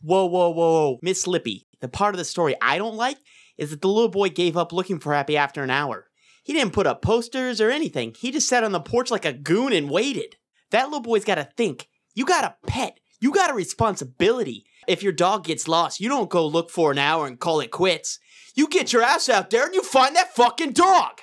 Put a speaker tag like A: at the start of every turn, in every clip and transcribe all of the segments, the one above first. A: Whoa, whoa, whoa, Miss Lippy. The part of the story I don't like is that the little boy gave up looking for Happy after an hour. He didn't put up posters or anything. He just sat on the porch like a goon and waited. That little boy's got to think. You got a pet. You got a responsibility. If your dog gets lost, you don't go look for an hour and call it quits. You get your ass out there and you find that fucking dog.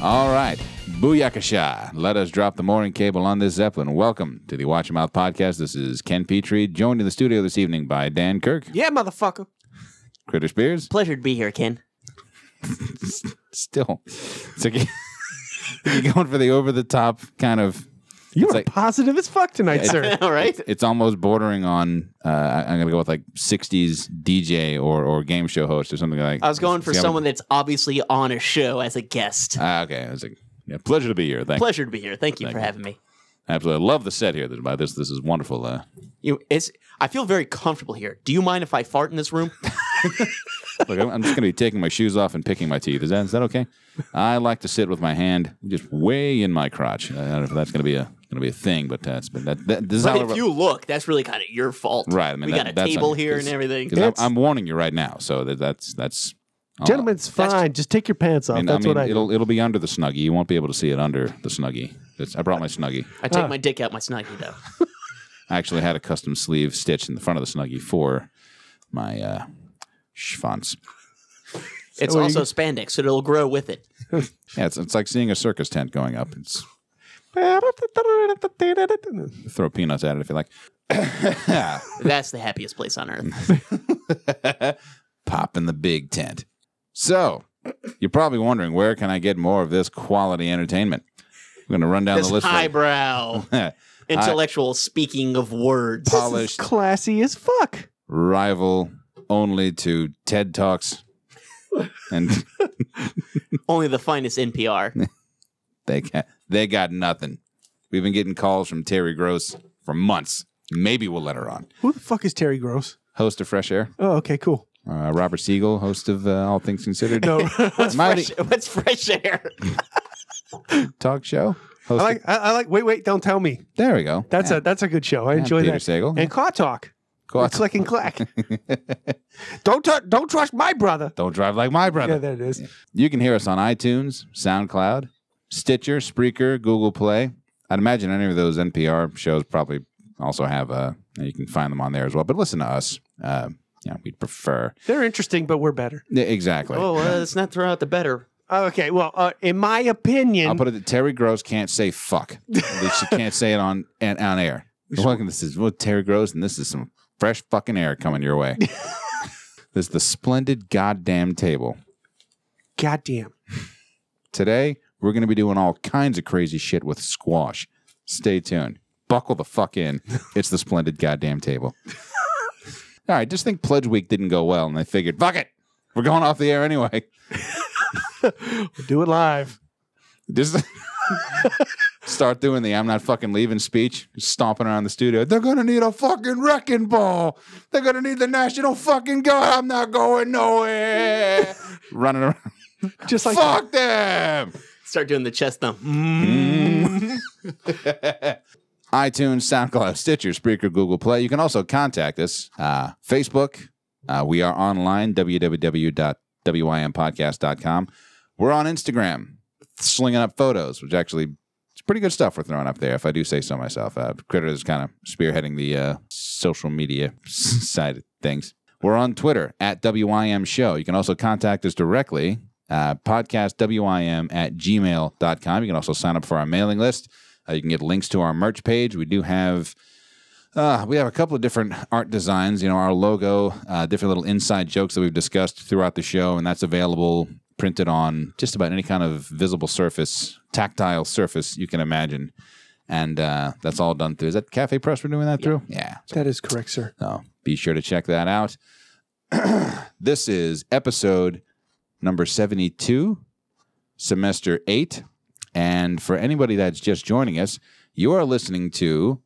B: All right. Booyakasha. Let us drop the morning cable on this Zeppelin. Welcome to the Watch Your Mouth podcast. This is Ken Petrie, joined in the studio this evening by Dan Kirk,
C: Yeah, motherfucker.
B: Critter Spears.
A: Pleasure to be here, Ken.
B: Still, it's like you're going for the over the top kind of.
C: You
B: It's
C: were
B: like-
C: positive as fuck tonight, sir.
A: All right.
B: It's almost bordering on. Uh, I- I'm gonna go with like '60s DJ or or game show host or something like.
A: I was going for
B: See, I'm-
A: someone that's obviously on a show as a guest.
B: Ah, okay. I was like, yeah, pleasure to be here. Thank.
A: Pleasure to be here. Uh, Thank you for having me.
B: Absolutely, I love the set here. This this is wonderful. Uh,
A: You, it's, I feel very comfortable here. Do you mind if I fart in this room?
B: Look, I'm- I'm just going to be taking my shoes off and picking my teeth. Is that is that okay? I like to sit with my hand just way in my crotch. I don't know if that's going to be a going to be a thing, but that's been that, that this is
A: But
B: how
A: if you look, that's really kind of your fault.
B: Right, I mean,
A: we
B: that-
A: got a
B: that's
A: table
B: on-
A: here and
B: it's-
A: everything.
B: 'cause I'm,
C: It's-
B: I'm warning you right now. So that, that's that's I'll-
C: Gentlemen's
A: That's-
C: fine. Just take your pants off.
B: Oh, I mean, I
C: Oh, That's
B: mean
C: what I do.
B: it'll it'll be under the snuggie. You won't be able to see it under the snuggie. It's, I brought my snuggie.
A: I take
C: Ah.
A: my dick out my snuggie though.
B: I actually had a custom sleeve stitched in the front of the snuggie for my uh, schwanz.
A: It's
C: So are
A: also
C: you-
A: spandex, so it'll grow with it.
B: Yeah, it's, it's like seeing a circus tent going up. It's throw peanuts at it if you like.
A: That's the happiest place on earth.
B: pop in the big tent. So, you're probably wondering where can I get more of this quality entertainment? We're going to run down
A: This
B: the list. for you.
A: highbrow intellectual speaking of words.
B: polished
C: Classy as fuck.
B: rival only to TED Talks, and
A: Only the finest NPR.
B: they got, they got nothing. We've been getting calls from Terry Gross for months. Maybe we'll let her on.
C: Who the fuck is Terry Gross?
B: Host of Fresh Air,
C: Oh, okay, cool.
B: uh, Robert Siegel, host of uh, All Things Considered,
C: No, I
B: Mighty
A: Fresh- What's fresh air?
B: Talk Show. Host of-
C: like. I, I like. Wait, wait. Don't tell me.
B: there we go.
C: That's
B: Yeah.
C: a that's a good show. I
B: Yeah,
C: enjoy
B: Peter
C: that.
B: Sagal.
C: And Claw Talk.
B: Cool.
C: It's like and clack. don't tr- don't trust my brother.
B: Don't drive like my brother.
C: Yeah, there it is.
B: You can hear us on iTunes, SoundCloud, Stitcher, Spreaker, Google Play. I'd imagine any of those NPR shows probably also have uh You can find them on there as well. But listen to us. Uh, yeah, we'd prefer.
C: They're interesting, but we're better.
B: Yeah, exactly.
A: Oh, well, let's not throw out the better.
C: Okay, well, uh, in my opinion,
B: I'll put it. that Terry Gross can't say fuck. At least she can't say it on and on air. Welcome. This is well, Terry Gross, and this is some fresh fucking air coming your way. this is the splendid goddamn table.
C: goddamn.
B: Today, we're going to be doing all kinds of crazy shit with squash. Stay tuned. Buckle the fuck in. It's the splendid goddamn table. all right, just think Pledge Week didn't go well, and they figured, fuck it. We're going off the air anyway.
C: We'll do it live.
B: Just start doing the I'm not fucking leaving speech, stomping around the studio. They're going to need a fucking wrecking ball. They're going to need the National fucking guard. I'm not going nowhere. Running around.
C: Just like
B: fuck them.
A: Start doing the chest thumb.
C: Mm.
B: Mm. iTunes, SoundCloud, Stitcher, Spreaker, Google Play. You can also contact us. Uh, Facebook. Uh, we are online, www.wimpodcast.com. We're on Instagram, slinging up photos, which actually it's pretty good stuff we're throwing up there, if I do say so myself. Uh, Critter is kind of spearheading the uh, social media side of things. We're on Twitter at WIM Show. You can also contact us directly, uh, podcastwim at gmail.com. You can also sign up for our mailing list. Uh, you can get links to our merch page. We do have. Uh, we have a couple of different art designs, you know, our logo, uh, different little inside jokes that we've discussed throughout the show, and that's available printed on just about any kind of visible surface, tactile surface you can imagine. And uh, that's all done through. Is that Cafe Press we're doing that through? Yeah.
C: that is correct, sir.
B: So be sure to check that out. this is episode number 72, semester eight. And for anybody that's just joining us, you are listening to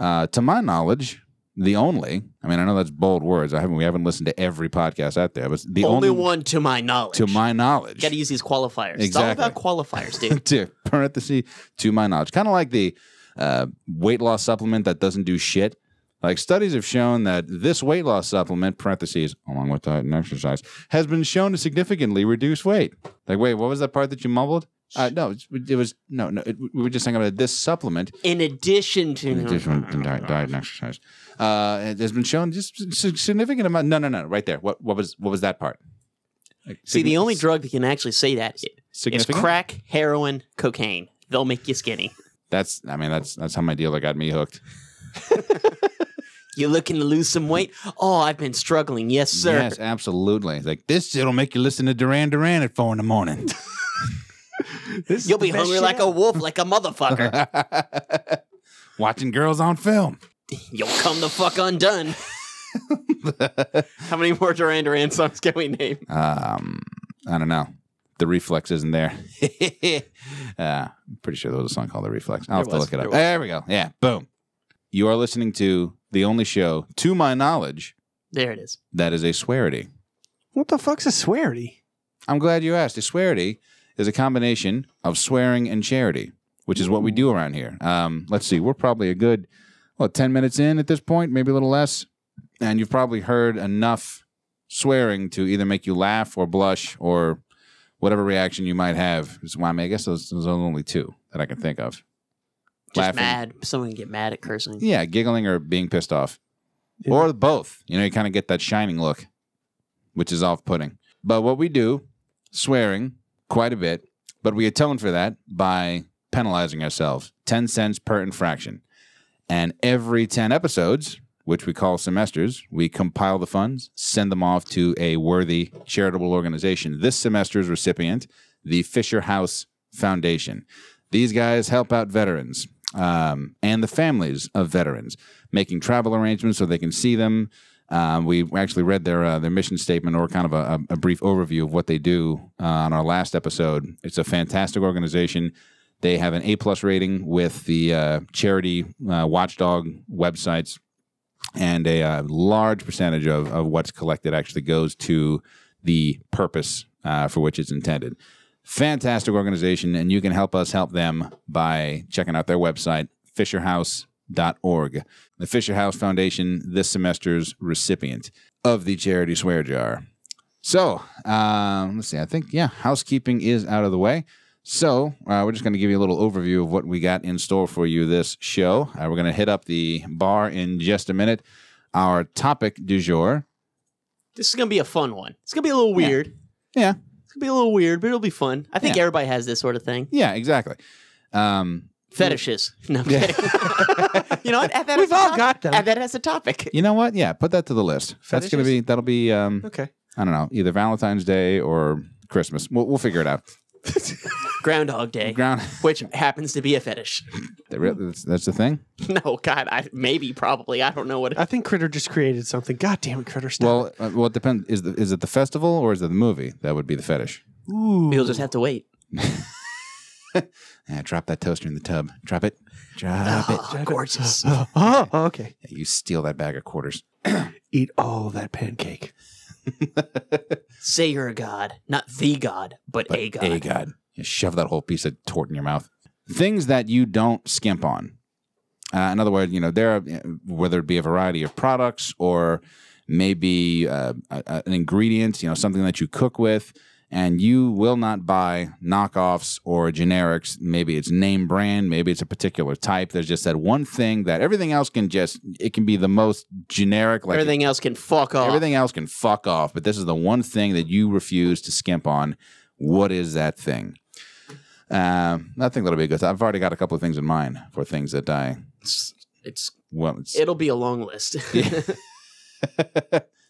B: Uh, to my knowledge, the only. I mean, I know that's bold words. I haven't. We haven't listened to every podcast out there, but the
A: only,
B: only,
A: one to my knowledge.
B: to my knowledge.
A: Got to use these qualifiers. It's all
B: Exactly.
A: about qualifiers, dude.
B: to parenthesis to my knowledge, kind of like the uh, weight loss supplement that doesn't do shit. Like studies have shown that this weight loss supplement, parentheses, along with diet and exercise, has been shown to significantly reduce weight. Like, wait, what was that part that you mumbled? Uh, no, it was no, no. It, we were just talking about this supplement
A: In addition to
B: in addition to diet, diet and exercise. Uh, it has been shown just s- significant amount. No, no, no, right there. What, what was, what was that part? Like,
A: See, the
B: signi-
A: only drug that can actually say that is
B: significant.
A: crack, heroin, cocaine. They'll make you skinny.
B: That's, I mean, that's that's how my dealer got me hooked.
A: You looking to lose some weight? Oh, I've been struggling. Yes, sir.
B: Yes, absolutely. It's Like this, it'll make you listen to Duran Duran at four in the morning. This is
A: You'll
B: the
A: be
B: best
A: hungry
B: shit
A: like a wolf, like a motherfucker.
B: ever. Watching girls on film.
A: You'll come the fuck undone. How many more Duran Duran songs can we name?
B: Um, I don't know. The reflex isn't there. uh, I'm pretty sure there was a song called The Reflex. I'll have
A: There
B: to
A: was,
B: look it
A: there
B: up.
A: was.
B: There we go. Yeah, boom. You are listening to the only show, to my knowledge,
A: There it is.
B: that is a swearity.
D: What the fuck's a swearity?
B: I'm glad you asked. A swearity is a combination of swearing and charity, which is what we do around here. Um, let's see, we're probably a good, what, 10 minutes in at this point, maybe a little less. And you've probably heard enough swearing to either make you laugh or blush or whatever reaction you might have. Is why I, mean, I guess those, those are the only two that I can think of.
A: Just mad. Someone can get mad at cursing.
B: Yeah, giggling or being pissed off.
D: Yeah.
B: Or both. You know, you kind of get that shining look, which is off putting. But what we do, swearing quite a bit, but we atone for that by penalizing ourselves 10 cents per infraction. And every 10 episodes, which we call semesters, we compile the funds, send them off to a worthy charitable organization. This semester's recipient, the Fisher House Foundation. These guys help out veterans um, and the families of veterans, making travel arrangements so they can see them. Um, we actually read their uh, their mission statement or kind of a, a brief overview of what they do uh, on our last episode. It's a fantastic organization. They have an A plus rating with the uh, charity uh, watchdog websites, and a uh, large percentage of, of what's collected actually goes to the purpose uh, for which it's intended fantastic organization and you can help us help them by checking out their website fisherhouse.org the fisher house foundation this semester's recipient of the charity swear jar so um, let's see i think yeah housekeeping is out of the way so uh, we're just going to give you a little overview of what we got in store for you this show uh, we're going to hit up the bar in just a minute our topic du jour
A: This is gonna be a fun one. It's gonna be a little weird.
B: Yeah.
A: It's gonna be a little weird, but it'll be fun. I think
B: Yeah.
A: everybody has this sort of thing.
B: yeah exactly um,
A: Fetishes. No, I'm
B: Yeah.
A: kidding. you know what? Add that as
D: We've
A: a
D: all
A: top-
D: got them.
A: Add that as a topic.
B: You know what? Yeah, put that to the list. That's gonna be that'll be um
D: Okay.
B: I don't know either Valentine's Day or Christmas. We'll, we'll figure it out.
A: Groundhog Day,
B: Ground
A: which happens to be a fetish.
B: that re- that's, that's the thing.
A: No, God, I maybe probably. I don't know
B: Uh,
A: what.
D: I think Critter just created something. God damn it, Critter! Stop.
B: Well, uh, well, it depends. Is the, is it the festival or is it the movie? That would be the fetish.
D: Well, Ooh.
A: You'll just have to wait.
B: Yeah, drop that toaster in the tub. Drop it. Drop it.
A: Oh, gorgeous.
D: Oh, oh, oh, okay.
B: Yeah, you steal that bag of quarters.
D: Eat all that pancake.
A: Say you're a god, not the god, but,
B: But
A: a god.
B: A god. You shove that whole piece of tort in your mouth. Things that you don't skimp on. Uh, in other words, you know, there are, whether it be a variety of products or maybe uh, a- a- an ingredient, you know, something that you cook with, and you will not buy knockoffs or generics. Maybe it's name brand, maybe it's a particular type. There's just that one thing that everything else can just, it can be the most generic, like
A: Everything else can fuck off.
B: Everything else can fuck off, but this is the one thing that you refuse to skimp on. What is that thing? Um, I think that'll be good. I've already got a couple of things in mind for things that I
A: It's, it's
B: well. It's,
A: it'll be a long list.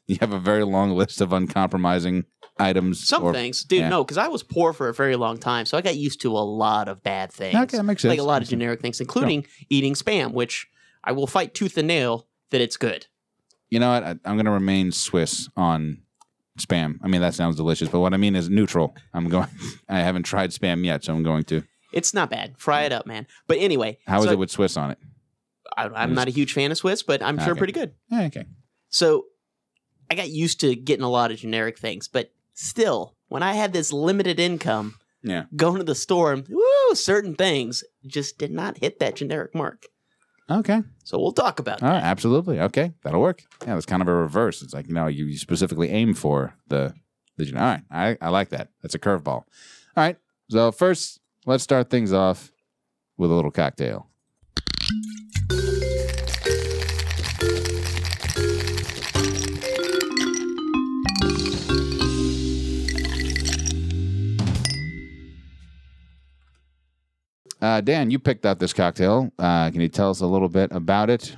B: you have a very long list of uncompromising items.
A: Some
B: or-
A: things, dude.
B: yeah.
A: No, because I was poor for a very long time, so I got used to a lot of bad things.
B: Okay, that makes sense.
A: like a lot of generic things, including eating spam, which I will fight tooth and nail that it's good.
B: You know what? I, I'm going to remain Swiss on spam. I mean, that sounds delicious, but what I mean is neutral. I'm going. I haven't tried spam yet, so I'm going to.
A: It's not bad. Fry it up, man. But anyway,
B: How is
A: so
B: it with Swiss on it?
A: I, I'm not a huge fan of Swiss, but I'm sure
B: Okay.
A: pretty good.
B: Yeah, okay.
A: So I got used to getting a lot of generic things, but still, when I had this limited income,
B: Yeah.
A: going to the store, woo, certain things just did not hit that generic mark.
B: Okay.
A: So we'll talk about
B: All
A: that.
B: right. Oh, Absolutely. Okay. That'll work. Yeah, that's kind of a reverse. It's like, you know, you, you specifically aim for the, the gen- all right. I, I like that. That's a curveball. All right. So first, let's start things off with a little cocktail. Uh, Dan, you picked out this cocktail. Uh, can you tell us a little bit about it?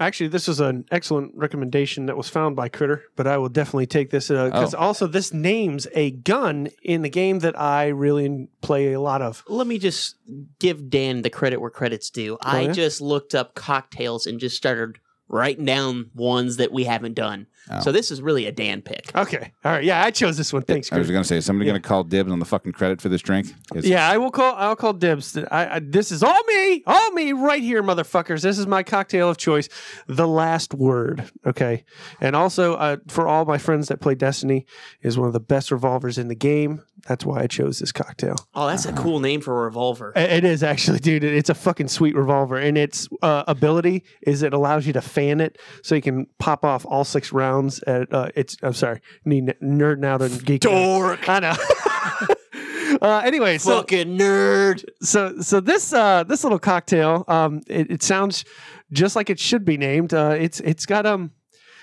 E: Actually, this is an excellent recommendation that was found by Critter, but I will definitely take this because
B: Oh.
E: also this names a gun in the game that I really play a lot of.
A: Let me just give Dan the credit where credit's due. I
E: yeah?
A: just looked up cocktails and just started writing down ones that we haven't done.
B: Oh.
A: So this is really a Dan pick.
E: Okay, all right, yeah, I chose this one. Thanks,
B: I was
E: Critter.
B: going to say, is somebody
E: Yeah.
B: going to call dibs on the fucking credit for this drink? 'Cause
E: Yeah, I will call. I'll call dibs. I, I, this is all me, all me, right here, motherfuckers. This is my cocktail of choice, the last word. Okay, and also uh, for all my friends that play Destiny, is one of the best revolvers in the game. That's why I chose this cocktail.
A: Oh, that's
B: Uh-huh.
A: a cool name for a revolver.
E: It it is actually, dude. It- It's a fucking sweet revolver, and its uh, ability is it allows you to fan it, so you can pop off all six rounds. At uh, it's, I'm sorry, need nerd out and geek. out.
A: Dork.
E: I know. uh, anyway, so
A: Fucking nerd.
E: so so this uh, this little cocktail, um, it, it sounds just like it should be named. Uh, it's it's got um,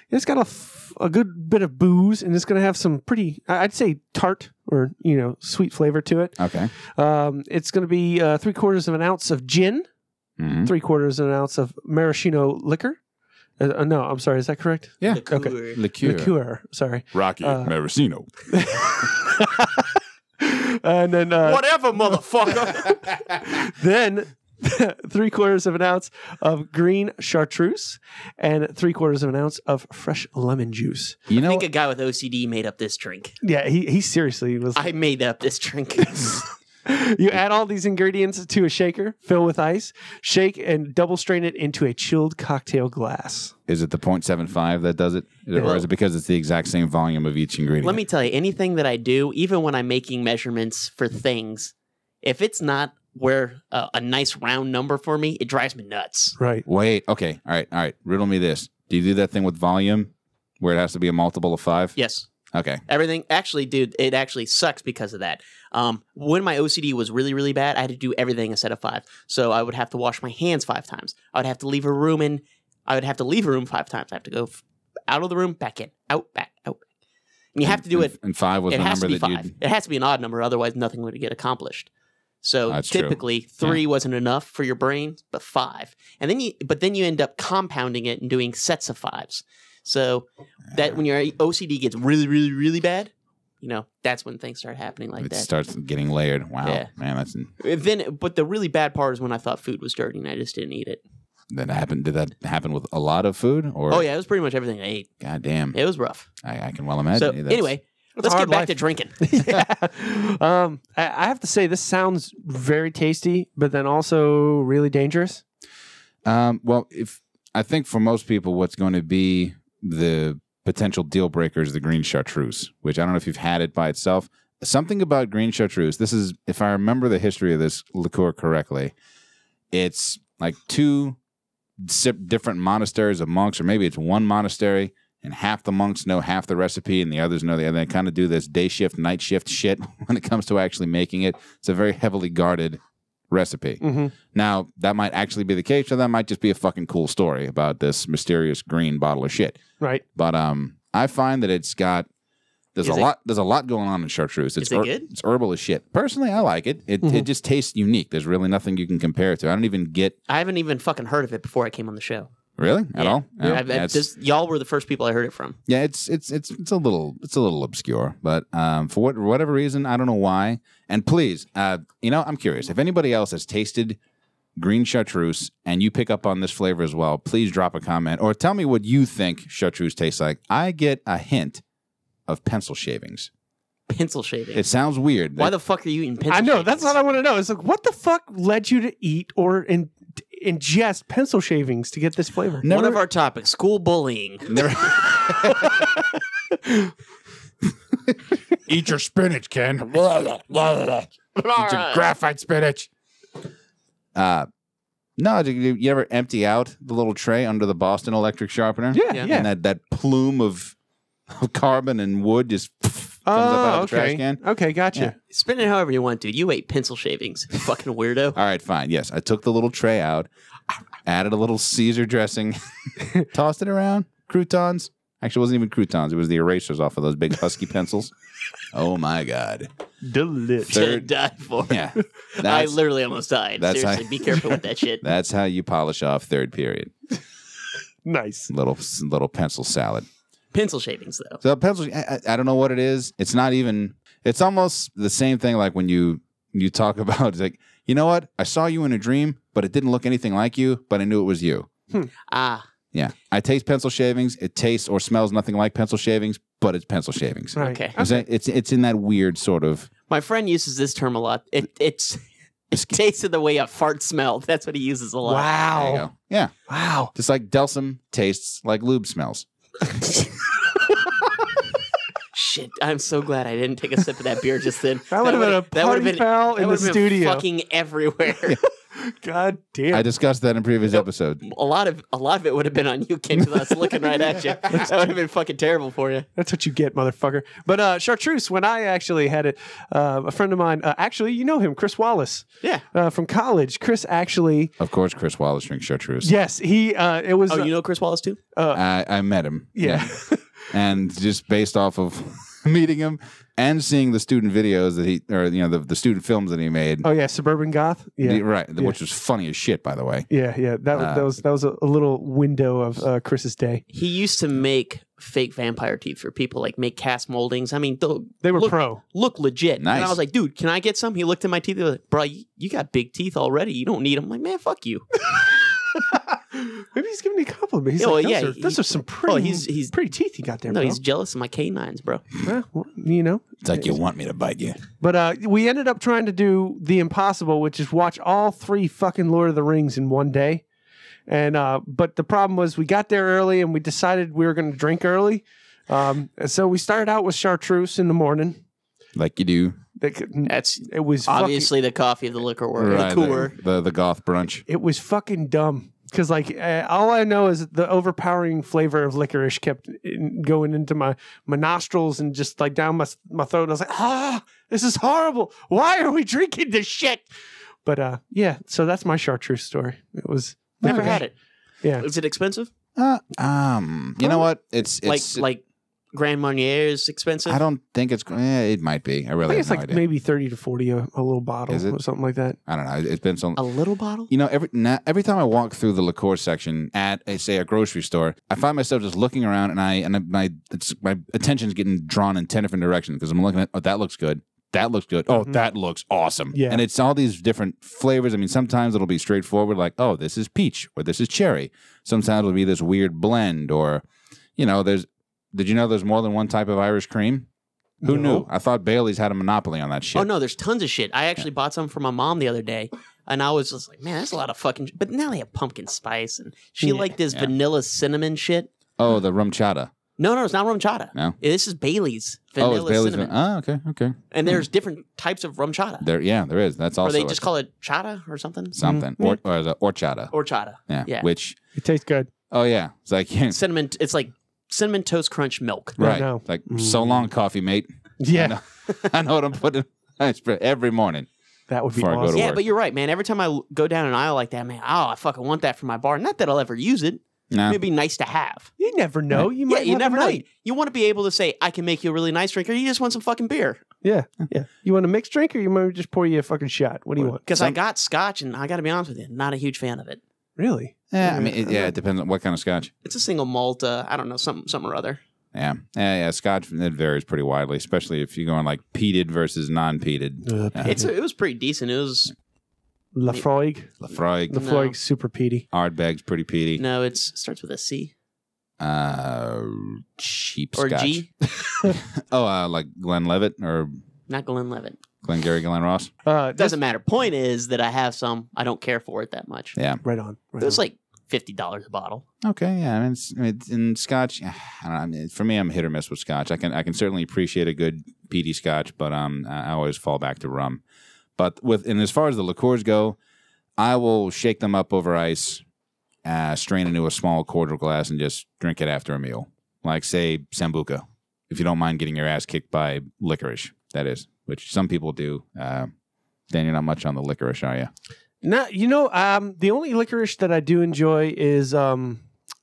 E: it's got a, f- a good bit of booze, and it's gonna have some pretty, I- I'd say, tart or you know, sweet flavor to it.
B: Okay.
E: Um, it's going to be uh, three quarters of an ounce of gin,
B: hmm
E: three quarters of an ounce of maraschino liquor. Uh, uh, no, I'm sorry. Is that correct?
B: Yeah,
A: The cooler.
B: Liqueur.
E: Liqueur. Sorry.
B: Rocky
E: Uh,
B: Maraschino.
E: and then, uh,
A: Whatever, motherfucker.
E: then three quarters of an ounce of green chartreuse and three quarters of an ounce of fresh lemon juice.
B: You
A: I
B: know,
A: think a guy with OCD made up this drink.
E: Yeah, he, he seriously was.
A: I made up this drink.
E: you add all these ingredients to a shaker, fill with ice, shake, and double strain it into a chilled cocktail glass.
B: is it the 0.75 that does it?
E: Yeah.
B: Or is it because it's the exact same volume of each ingredient?
A: Let me tell you, anything that I do, even when I'm making measurements for things, if it's not where uh, a nice round number for me, it drives me nuts.
E: Right.
B: Wait. Okay. All right. All right. Riddle me this. Do you do that thing with volume where it has to be a multiple of five?
A: Yes.
B: Okay.
A: Everything actually, dude, it actually sucks because of that. Um, when my OCD was really, really bad, I had to do everything a set of five. So I would have to wash my hands five times. I would have to leave a room in. I would have to leave a room five times. I have to go f- out of the room, back in, out, back, out. And you have to do it
B: And, and five was
A: it
B: the
A: has to
B: number
A: be
B: that
A: five.
B: you.
A: It has to be an odd number, otherwise nothing would get accomplished. So
B: That's true.
A: typically three wasn't enough for your brain, but five, and then you but then you end up compounding it and doing sets of fives. So that when your OCD gets really, really, really bad, you know that's when things start happening like
B: it
A: that.
B: starts getting layered. Wow,
A: Yeah.
B: man, that's
A: then, but the really bad part is when I thought food was dirty and I just didn't eat it.
B: that happened. Did that happen with a lot of food? Or
A: Oh yeah, it was pretty much everything I ate.
B: God damn,
A: It was rough.
B: I, I can well imagine.
A: so
B: that's-
A: anyway, let's
E: a
A: get
E: hard
A: back
E: life.
A: to drinking.
E: yeah. Um, I, I have to say, this sounds very tasty, but then also really dangerous.
B: Um, well, if I think for most people, what's going to be the potential deal breaker is the green chartreuse, which I don't know if you've had it by itself. Something about green chartreuse. This is, if I remember the history of this liqueur correctly, it's like two si- different monasteries of monks, or maybe it's one monastery, and half the monks know half the recipe, and the others know the other. They kind of do this day shift, night shift shit when it comes to actually making it. It's a very heavily guarded recipe.
E: Mm-hmm.
B: Now, that might actually be the case, or that might just be a fucking cool story about this mysterious green bottle of shit.
E: Right.
B: But um, I find that it's got there's
A: Is
B: a
A: it-
B: lot there's a lot going on in chartreuse.
A: Is
B: It's
A: it good? Mm-hmm.
B: It's herbal as shit. Personally, I like it. It it
E: Mhm.
B: just tastes unique. There's really nothing you can compare it to. I don't even get
A: I haven't even fucking heard of it before I came on the show.
B: really at
A: Yeah.
B: all. No,
A: I've- I've
B: that's-
A: just- y'all were the first people I heard it from.
B: Yeah, it's it's it's it's a little it's a little obscure, but um, for what, whatever reason, I don't know why. And please, uh, you know, I'm curious if anybody else has tasted green chartreuse and you pick up on this flavor as well. Please drop a comment or tell me what you think chartreuse tastes like. I get a hint of pencil shavings.
A: pencil shaving.
B: It sounds weird.
A: Why the fuck are you eating pencil?
E: I know. That's what I want to know. It's like, what the fuck led you to eat or in, ingest pencil shavings to get this flavor.
A: One
B: Never-
A: of our topics: school bullying.
B: Never,
F: Eat your spinach, Ken. Eat your graphite spinach.
B: uh, no, did you, you ever empty out the little tray under the Boston electric sharpener?
E: Yeah,
A: Yeah.
E: yeah.
B: And that, that plume of, of carbon and wood just comes up out of the
E: Ah, Oh, okay.
B: trash can.
E: Okay, gotcha.
B: Yeah.
A: Spin it however you want, dude. You ate pencil shavings, fucking weirdo.
B: All right, fine. Yes, I took the little tray out, added a little Caesar dressing, tossed it around, croutons. Actually, it wasn't even croutons. It was the erasers off of those big husky pencils. Oh my god!
E: Delicious.
A: To
B: Third-
A: die for.
B: Yeah,
A: I
B: that's,
A: literally almost died.
B: that's
A: Seriously, be careful with that shit.
B: that's how you polish off third period.
E: Nice.
B: Little little pencil salad.
A: Pencil shavings, though.
B: So pencil, I, I- I don't know what it is. It's not even. It's almost the same thing. Like when you you talk about it's like, you know what? I saw you in a dream, but it didn't look anything like you. But I knew it was you.
A: Ah,
B: Yeah. I taste pencil shavings. It tastes or smells nothing like pencil shavings, but it's pencil shavings.
E: Right.
A: okay.
B: I'm saying It's it's in that weird sort of
A: My friend uses this term a lot. It, it's it tasted the way a fart smelled. That's what he uses a lot.
B: there you
E: Wow.
B: go. Yeah.
E: Wow.
B: Just like Delsum tastes like lube smells.
A: Shit, I'm so glad I didn't take a sip of that beer just then.
E: That would have been a
A: that would've
E: party foul
A: that
E: in the
A: would've been
E: studio.
A: fucking everywhere.
E: God damn.
B: I discussed that in a previous episode.
A: a lot of a lot of it would have been on you, Ken, because I was looking right at you. That would have been fucking terrible for you.
E: That's what you get, motherfucker. But uh, chartreuse, when I actually had it, uh, a friend of mine, uh, actually, you know him, Chris Wallace
A: Yeah.
E: uh, from college. Chris actually,
B: Of course, Chris Wallace drinks chartreuse.
E: yes, he, uh, it was,
A: Oh, you know Chris Wallace too?
B: I, I met him.
E: yeah.
B: And just based off of meeting him and seeing the student videos that he or you know the, the student films that he made.
E: Oh, yeah, Suburban Goth. Yeah.
B: the- right. Which was funny as shit, by the way.
E: yeah, yeah, that, was
B: Uh,
E: that was that was a, a little window of uh, Chris's day.
A: He used to make fake vampire teeth for people, like make cast moldings. I mean, th-
E: They were
A: Look-
E: pro.
A: look legit. And I
B: Nice.
A: was like, dude, can I get some? He looked at my teeth. He was like, bro, you, you got big teeth already. You don't need them. I'm like, man, fuck you.
E: Maybe he's giving me a compliment. He's
A: Yeah, well,
E: like, those,
A: yeah,
E: are,
A: he-
E: those are some pretty,
A: Oh, he's he's
E: pretty teeth you got there,
A: no,
E: bro.
A: he's jealous of my canines, bro.
E: Well, well, you know,
B: It's like you want me to bite you.
E: But uh, we ended up trying to do the impossible, which is watch all three fucking Lord of the Rings in one day. And uh, but the problem was we got there early and we decided we were going to drink early. Um, and so we started out with chartreuse in the morning.
B: Like you do.
E: That could-
A: That's
E: It was fucking-
A: obviously the coffee of the liquor world,
B: Right,
A: the
B: the-
A: cooler.
B: the the goth brunch.
E: it was fucking dumb because like uh, all I know is the overpowering flavor of licorice kept in, going into my my nostrils and just like down my my throat. And I was like, ah, this is horrible. Why are we drinking this shit? But uh, yeah, so that's my chartreuse story. It was
A: Never
E: okay.
A: had it.
E: Yeah.
A: Is it expensive?
B: Uh, um, you know what? It's it's.
A: like like Grand Marnier is expensive.
B: I don't think it's. Eh, it might be. I
E: I
B: really
E: think
B: have
E: it's
B: no
E: like
B: idea.
E: maybe thirty to forty a, a little bottle
B: Is it?
E: or something like that.
B: I don't know. It's been so.
A: a little bottle.
B: You know, every na every time I walk through the liqueur section at, a, say, a grocery store, I find myself just looking around, and I and my it's, my attention's getting drawn in ten different directions because I'm looking at, oh, that looks good, that looks good, oh,
E: Mhm.
B: that looks awesome,
E: Yeah.
B: And it's all these different flavors. I mean, sometimes it'll be straightforward, like, oh, this is peach, or this is cherry. Sometimes it'll be this weird blend, or, you know, there's. Did you know there's more than one type of Irish cream? Who
E: No.
B: knew? I thought Bailey's had a monopoly on that shit.
A: Oh no, there's tons of shit. I actually bought some for my mom the other day, and I was just like, man, that's a lot of fucking. But now they have pumpkin spice, and she
E: Yeah.
A: liked this
B: Yeah.
A: vanilla cinnamon shit.
B: Oh, the rum chata.
A: No, no, it's not rum chata.
B: No?
A: this is Bailey's
B: Oh,
A: vanilla
B: it's Bailey's.
A: cinnamon.
B: van- oh, okay, okay.
A: and there's different types of rum chata.
B: There, yeah, there is. That's
A: or
B: also
A: they
B: a-
A: just call it chata or something.
B: something
E: Mm.
B: or or, is it orchada.
A: Horchata.
B: yeah.
A: yeah.
B: which
E: It tastes good.
B: oh yeah, it's like yeah,
A: Cinnamon. It's like cinnamon toast crunch milk.
B: right.
E: no.
B: Like so long, coffee mate.
E: Yeah,
B: know. I know what I'm putting. I spread every morning.
E: that would be
B: Before I go to
E: awesome.
B: work.
A: Yeah, but you're right, man. Every time I l- go down an aisle like that, man, oh, I fucking want that for my bar. Not that I'll ever use it.
B: No,
A: It'd be nice to have.
E: You never know. You
A: Yeah,
E: might.
A: you
E: have a
A: never know.
E: night.
A: You want to be able to say, I can make you a really nice drink, or you just want some fucking beer.
E: Yeah, yeah. You want a mixed drink, or you might just pour you a fucking shot? What do you want?
A: Because I got scotch, and I got to be honest with you, not a huge fan of it.
E: Really?
B: yeah, I mean, it, yeah, it depends on what kind of scotch.
A: It's a single malt, uh, I don't know, some, some or other.
B: Yeah, yeah, yeah. Scotch it varies pretty widely, especially if you're going like peated versus
E: Uh,
B: non-peated.
E: Uh-huh.
A: It's It was pretty decent. It was,
E: Lafroig.
B: Lafroig,
A: No.
E: Lafroig's super peaty.
B: Ardbeg's pretty peaty.
A: no, it starts with a C
B: Uh, cheap
A: or
B: scotch.
A: G,
B: Oh, uh, like Glenlivet or
A: not Glenlivet.
B: Glengarry Glenn Ross.
E: Uh, just-
A: Doesn't matter. Point is that I have some. I don't care for it that much.
B: Yeah.
E: right on. Right
A: It was
E: on.
A: like fifty dollars a bottle.
B: Okay, yeah, I mean, it's, I mean, it's- in Scotch, I don't know, I mean, for me, I'm hit or miss with Scotch. I can I can certainly appreciate a good peaty Scotch, but um, I I always fall back to rum. But with and as far as the liqueurs go, I will shake them up over ice, uh, strain into a small quarter glass, and just drink it after a meal. Like say sambuca, if you don't mind getting your ass kicked by licorice, that is, which some people do. Uh, Dan, you're not much on the licorice, are you?
E: No, you know, um, the only licorice that I do enjoy is um,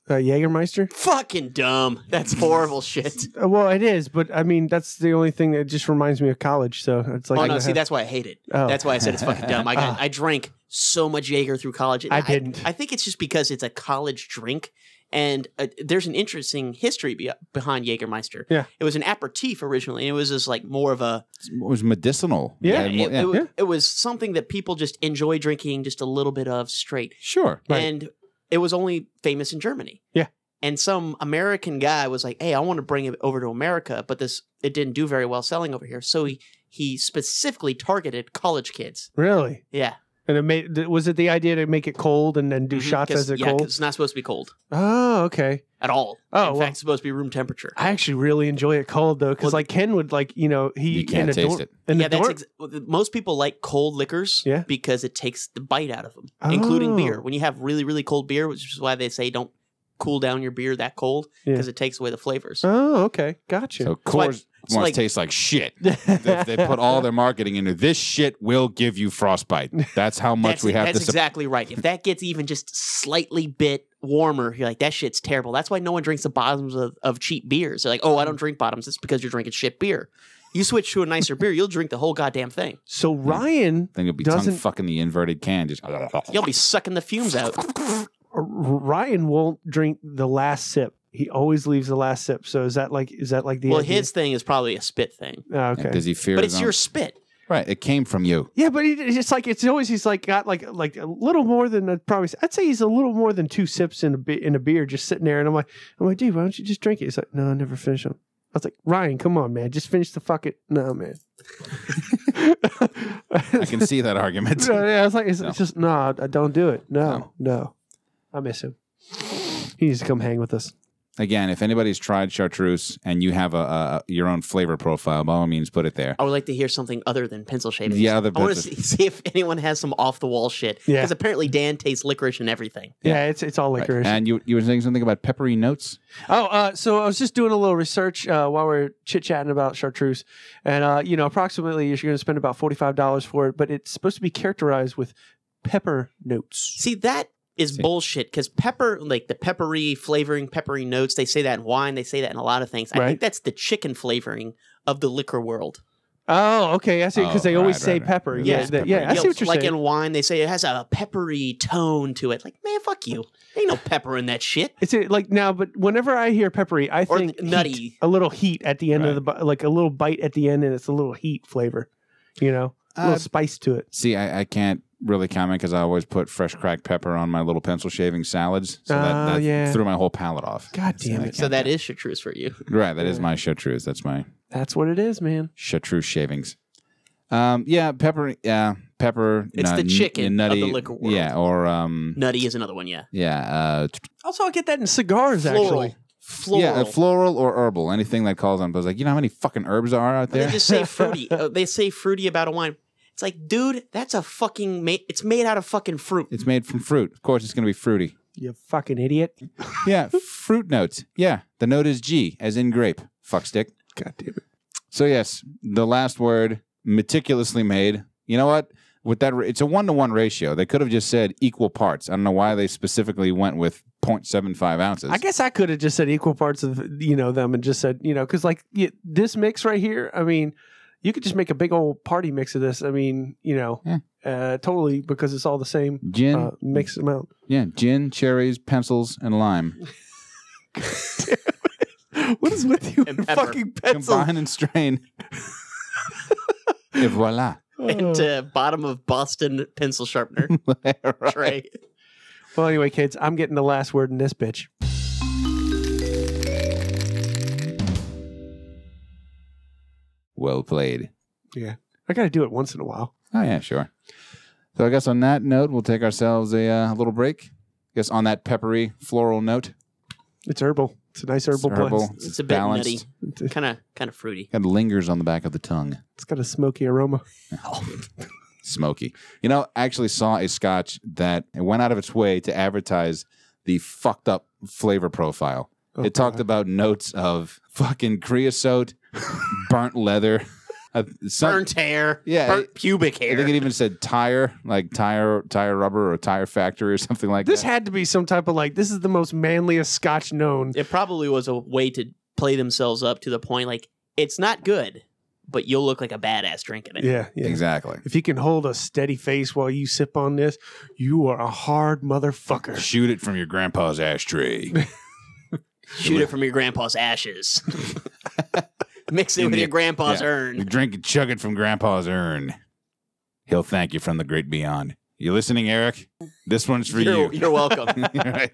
E: uh, Jägermeister.
A: Fucking dumb. That's horrible shit.
E: Uh, well, it is, but I mean, that's the only thing that just reminds me of college. So it's like,
A: oh no, see, that's why I hate it.
E: Oh.
A: That's why I said it's fucking dumb. I got, I drank so much Jaeger through college. and
E: I didn't.
A: I, think it's just because it's a college drink, and uh, there's an interesting history be- behind Jägermeister.
E: Yeah.
A: it was an aperitif originally. And it was just like more of a
B: It was medicinal.
E: Yeah,
B: It had
A: it,
B: more-
A: it
B: yeah.
A: wa-
E: yeah.
A: it was something that people just enjoy drinking just a little bit of straight.
B: sure.
E: Right.
A: and it was only famous in Germany.
E: Yeah.
A: And some American guy was like, "Hey, I want to bring it over to America, but this it didn't do very well selling over here." So he he specifically targeted college kids.
E: really.
A: Yeah.
E: And it made th- was it the idea to make it cold and then do
A: Mhm.
E: shots
A: 'Cause-
E: as it
A: yeah, 'cause
E: cold?
A: it's not supposed to be cold
E: Oh, okay.
A: at all.
E: Oh,
A: in
E: well.
A: fact, it's supposed to be room temperature.
E: I actually really enjoy it cold though, because
A: Well-
E: like Ken would like you know he
B: You
E: in
B: can't
E: a
B: taste
E: dorm-
B: it.
E: In
A: yeah,
E: a dorm,
A: that's ex- most people like cold liquors
E: Yeah.
A: because it takes the bite out of them, including beer.
E: Oh.
A: When you have really really cold beer, which is why they say don't cool down your beer that cold
E: Yeah.
A: because it takes away the flavors.
E: Oh, okay, gotcha.
B: So Coors
A: So I-
B: wants
A: so like-
B: to taste like shit. they, they put all their marketing into this shit will give you frostbite. That's how much
A: that's, e,
B: we have
A: that's
B: to. sup-
A: exactly right. If that gets even just slightly bit warmer, you're like, that shit's terrible. That's why no one drinks the bottoms of, of cheap beers. They're like, oh, I don't drink bottoms. It's because you're drinking shit beer. You switch to a nicer beer, you'll drink the whole goddamn thing.
E: So Ryan
B: then you'll be
E: doesn't-
B: tongue fucking the inverted can. Just
A: You'll be sucking the fumes out.
E: R- uh, Ryan won't drink the last sip. He always leaves the last sip. So is that like is that like the
A: well,
E: idea?
A: his thing is probably a spit thing,
E: Oh, okay.
B: does he fear?
A: but
B: his
A: it's
B: own-
A: your spit.
B: right. It came from you.
E: Yeah, but he, it's like it's always he's like got like like a little more than I'd probably I'd say he's a little more than two sips in a be- in a beer just sitting there, and I'm like I'm like dude, why don't you just drink it? He's like, no, I never finish them. I was like, Ryan, come on, man, just finish the fuck it. No, man.
B: I can see that argument.
E: No, yeah, I was like, it's,
B: No.
E: it's just no, I I don't do it. No, no, I miss him. He needs to come hang with us.
B: Again, if anybody's tried chartreuse and you have a, a your own flavor profile, by all means, put it there.
A: I would like to hear something other than pencil shavings.
B: Yeah, other
A: I want to
B: pencil-
A: see, see if anyone has some off the wall shit.
E: Yeah.
A: Because apparently Dan tastes licorice and everything.
E: Yeah, it's it's all
B: Right.
E: licorice.
B: And you you were saying something about peppery notes.
E: Oh, uh, so I was just doing a little research uh, while we are chit chatting about chartreuse, and uh, you know, approximately you're going to spend about forty five dollars for it, but it's supposed to be characterized with pepper notes.
A: See, that is
B: See.
A: bullshit because pepper, like the peppery flavoring, peppery notes, they say that in wine, they say that in a lot of things. I
E: Right.
A: think that's the chicken flavoring of the liquor world.
E: Oh, okay, I see.
B: Oh,
E: Because they always
B: right,
E: say
B: right, right.
E: pepper.
B: It
E: Yeah,
A: is
E: that-
B: pepper.
E: yeah. I
A: You
E: see
A: know,
E: what you're
A: like
E: saying.
A: in wine, they say it has a peppery tone to it. Like, man, fuck you. Ain't no pepper in that shit.
E: It's uh, like now, but whenever I hear peppery, I
A: Or
E: think
A: th- nutty.
E: heat, a little heat at the end of the bu- like a little bite at the end, and it's a little heat flavor. You know, a little
B: Uh,
E: spice to it.
B: See, I, I can't really comment because I always put fresh cracked pepper on my little pencil shaving salads, so
E: Oh,
B: that, that
E: yeah.
B: threw my whole palate off.
E: God damn
B: I
E: it.
A: So
B: can't-
A: that is chartreuse for you.
B: Right, that is
E: Yeah.
B: my chartreuse. That's my
E: That's what it is, man.
B: chartreuse shavings. Um, yeah, pepper. Yeah, pepper.
A: It's the
B: n-
A: chicken of
B: nutty,
A: the liquor world.
B: Yeah, or um,
A: Nutty is another one, yeah.
B: yeah, uh, t-
E: Also, I get that in cigars.
A: Floral.
E: Actually,
A: Floral.
B: yeah, uh, floral or herbal. Anything that calls on. But it's like, you know how many fucking herbs there are out
A: But
B: there?
A: They just say fruity. Uh, they say fruity about a wine. It's like, dude, that's a fucking, ma- it's made out of fucking fruit.
B: it's made from fruit. Of course, it's gonna be fruity.
E: you fucking idiot.
B: Yeah, fruit notes. Yeah, the note is G, as in grape. Fuck stick.
E: God damn it.
B: So yes, the last word meticulously made. You know what? With that, it's a one to one ratio. They could have just said equal parts. I don't know why they specifically went with 0.75 ounces.
E: I guess I could have just said equal parts of you know them and just said you know because like y this mix right here. I mean, you could just make a big old party mix of this. I mean, you know,
B: Yeah.
E: uh, totally because it's all the same
B: gin,
E: uh, mix amount.
B: yeah, gin, cherries, pencils, and lime
E: what is with you
A: And
E: and
A: pepper.
E: fucking pencils?
B: combine and strain. and voila.
A: And
E: Oh.
A: uh, bottom of Boston pencil sharpener tray.
E: Well, anyway, kids, I'm getting the last word in this bitch.
B: Well played.
E: Yeah.
D: I got to do it once in a while.
B: Oh yeah, sure. So I guess on that note, we'll take ourselves a uh, little break. I guess on that peppery floral note,
D: It's herbal. It's a nice herbal,
B: it's
D: blend.
B: herbal,
A: It's a bit
D: It's-
A: Kind of kind of fruity.
B: Kind of lingers on the back of the tongue.
D: It's got a smoky aroma.
B: Smoky. You know, I actually saw a scotch that it went out of its way to advertise the fucked up flavor profile.
D: Oh,
B: it talked
D: God.
B: about notes of fucking creosote, burnt leather, uh, some-
A: Burnt hair.
B: Yeah,
A: Burnt pubic hair.
B: I think it even said tire, like tire, tire rubber or tire factory or something like
D: This
B: that.
D: had to be some type of like, this is the most manliest scotch known.
A: It probably was a way to play themselves up to the point like it's not good, but you'll look like a badass drinking it.
D: Yeah, yeah.
B: Exactly.
D: If you can hold a steady face while you sip on this, you are a hard motherfucker.
B: Shoot it from your grandpa's ashtray.
A: Shoot it from your grandpa's ashes. Mix it with your grandpa's
B: Yeah.
A: urn.
B: Drink and chug it from grandpa's urn. He'll thank you from the great beyond. You listening, Eric? This one's for
A: You're,
B: you.
A: you're welcome.
B: Right.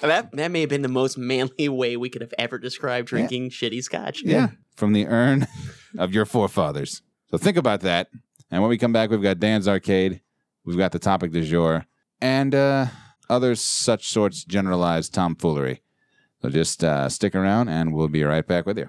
A: that that may have been the most manly way we could have ever described drinking shitty scotch.
B: Yeah. From the urn of your forefathers. So think about that. And when we come back, we've got Dan's Arcade, we've got the topic du jour, and uh, other such sorts generalized tomfoolery. So just uh, stick around and we'll be right back with you.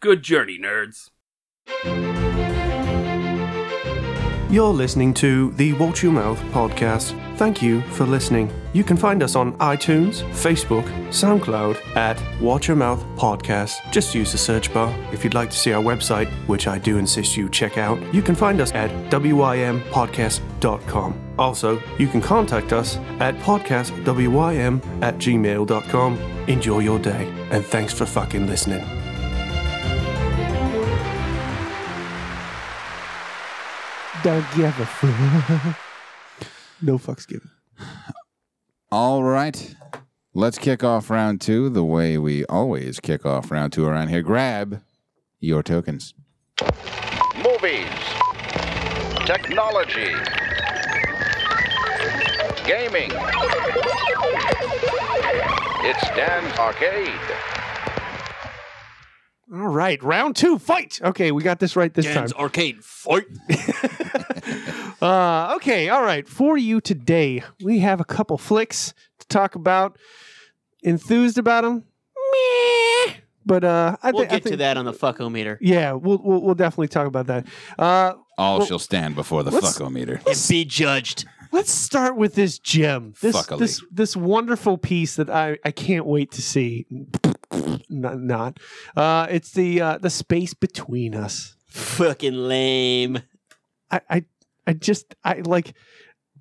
G: Good journey, nerds.
E: You're listening to the Watch Your Mouth podcast. Thank you for listening. You can find us on iTunes, Facebook, SoundCloud at Watch Your Mouth Podcast. Just use the search bar. If you'd like to see our website, which I do insist you check out, you can find us at wympodcast.com. Also, you can contact us at podcastwym at gmail.com. Enjoy your day, and thanks for fucking listening.
D: Don't give a fuck. No fucks given.
B: All right. Let's kick off round two the way we always kick off round two around here. Grab your tokens.
H: movies, technology, gaming. It's Dan's Arcade.
D: All right, round two, fight. Okay, we got this right this time.
A: arcade fight.
D: Uh, okay, all right. For you today, we have a couple flicks to talk about. Enthused about them? Meh. But uh, I,
A: We'll
D: thi- I
A: get to
D: think-
A: that on the fuckometer.
D: Yeah, we'll, we'll we'll definitely talk about that. Uh,
B: All
D: Well,
B: shall stand before the
D: let's-
B: fuckometer.
A: And be judged.
D: let's start with this gem. This
B: Fuckily.
D: this this wonderful piece that I I can't wait to see. not not. Uh, it's the uh, the space between us.
A: Fucking lame.
D: I I, I just I like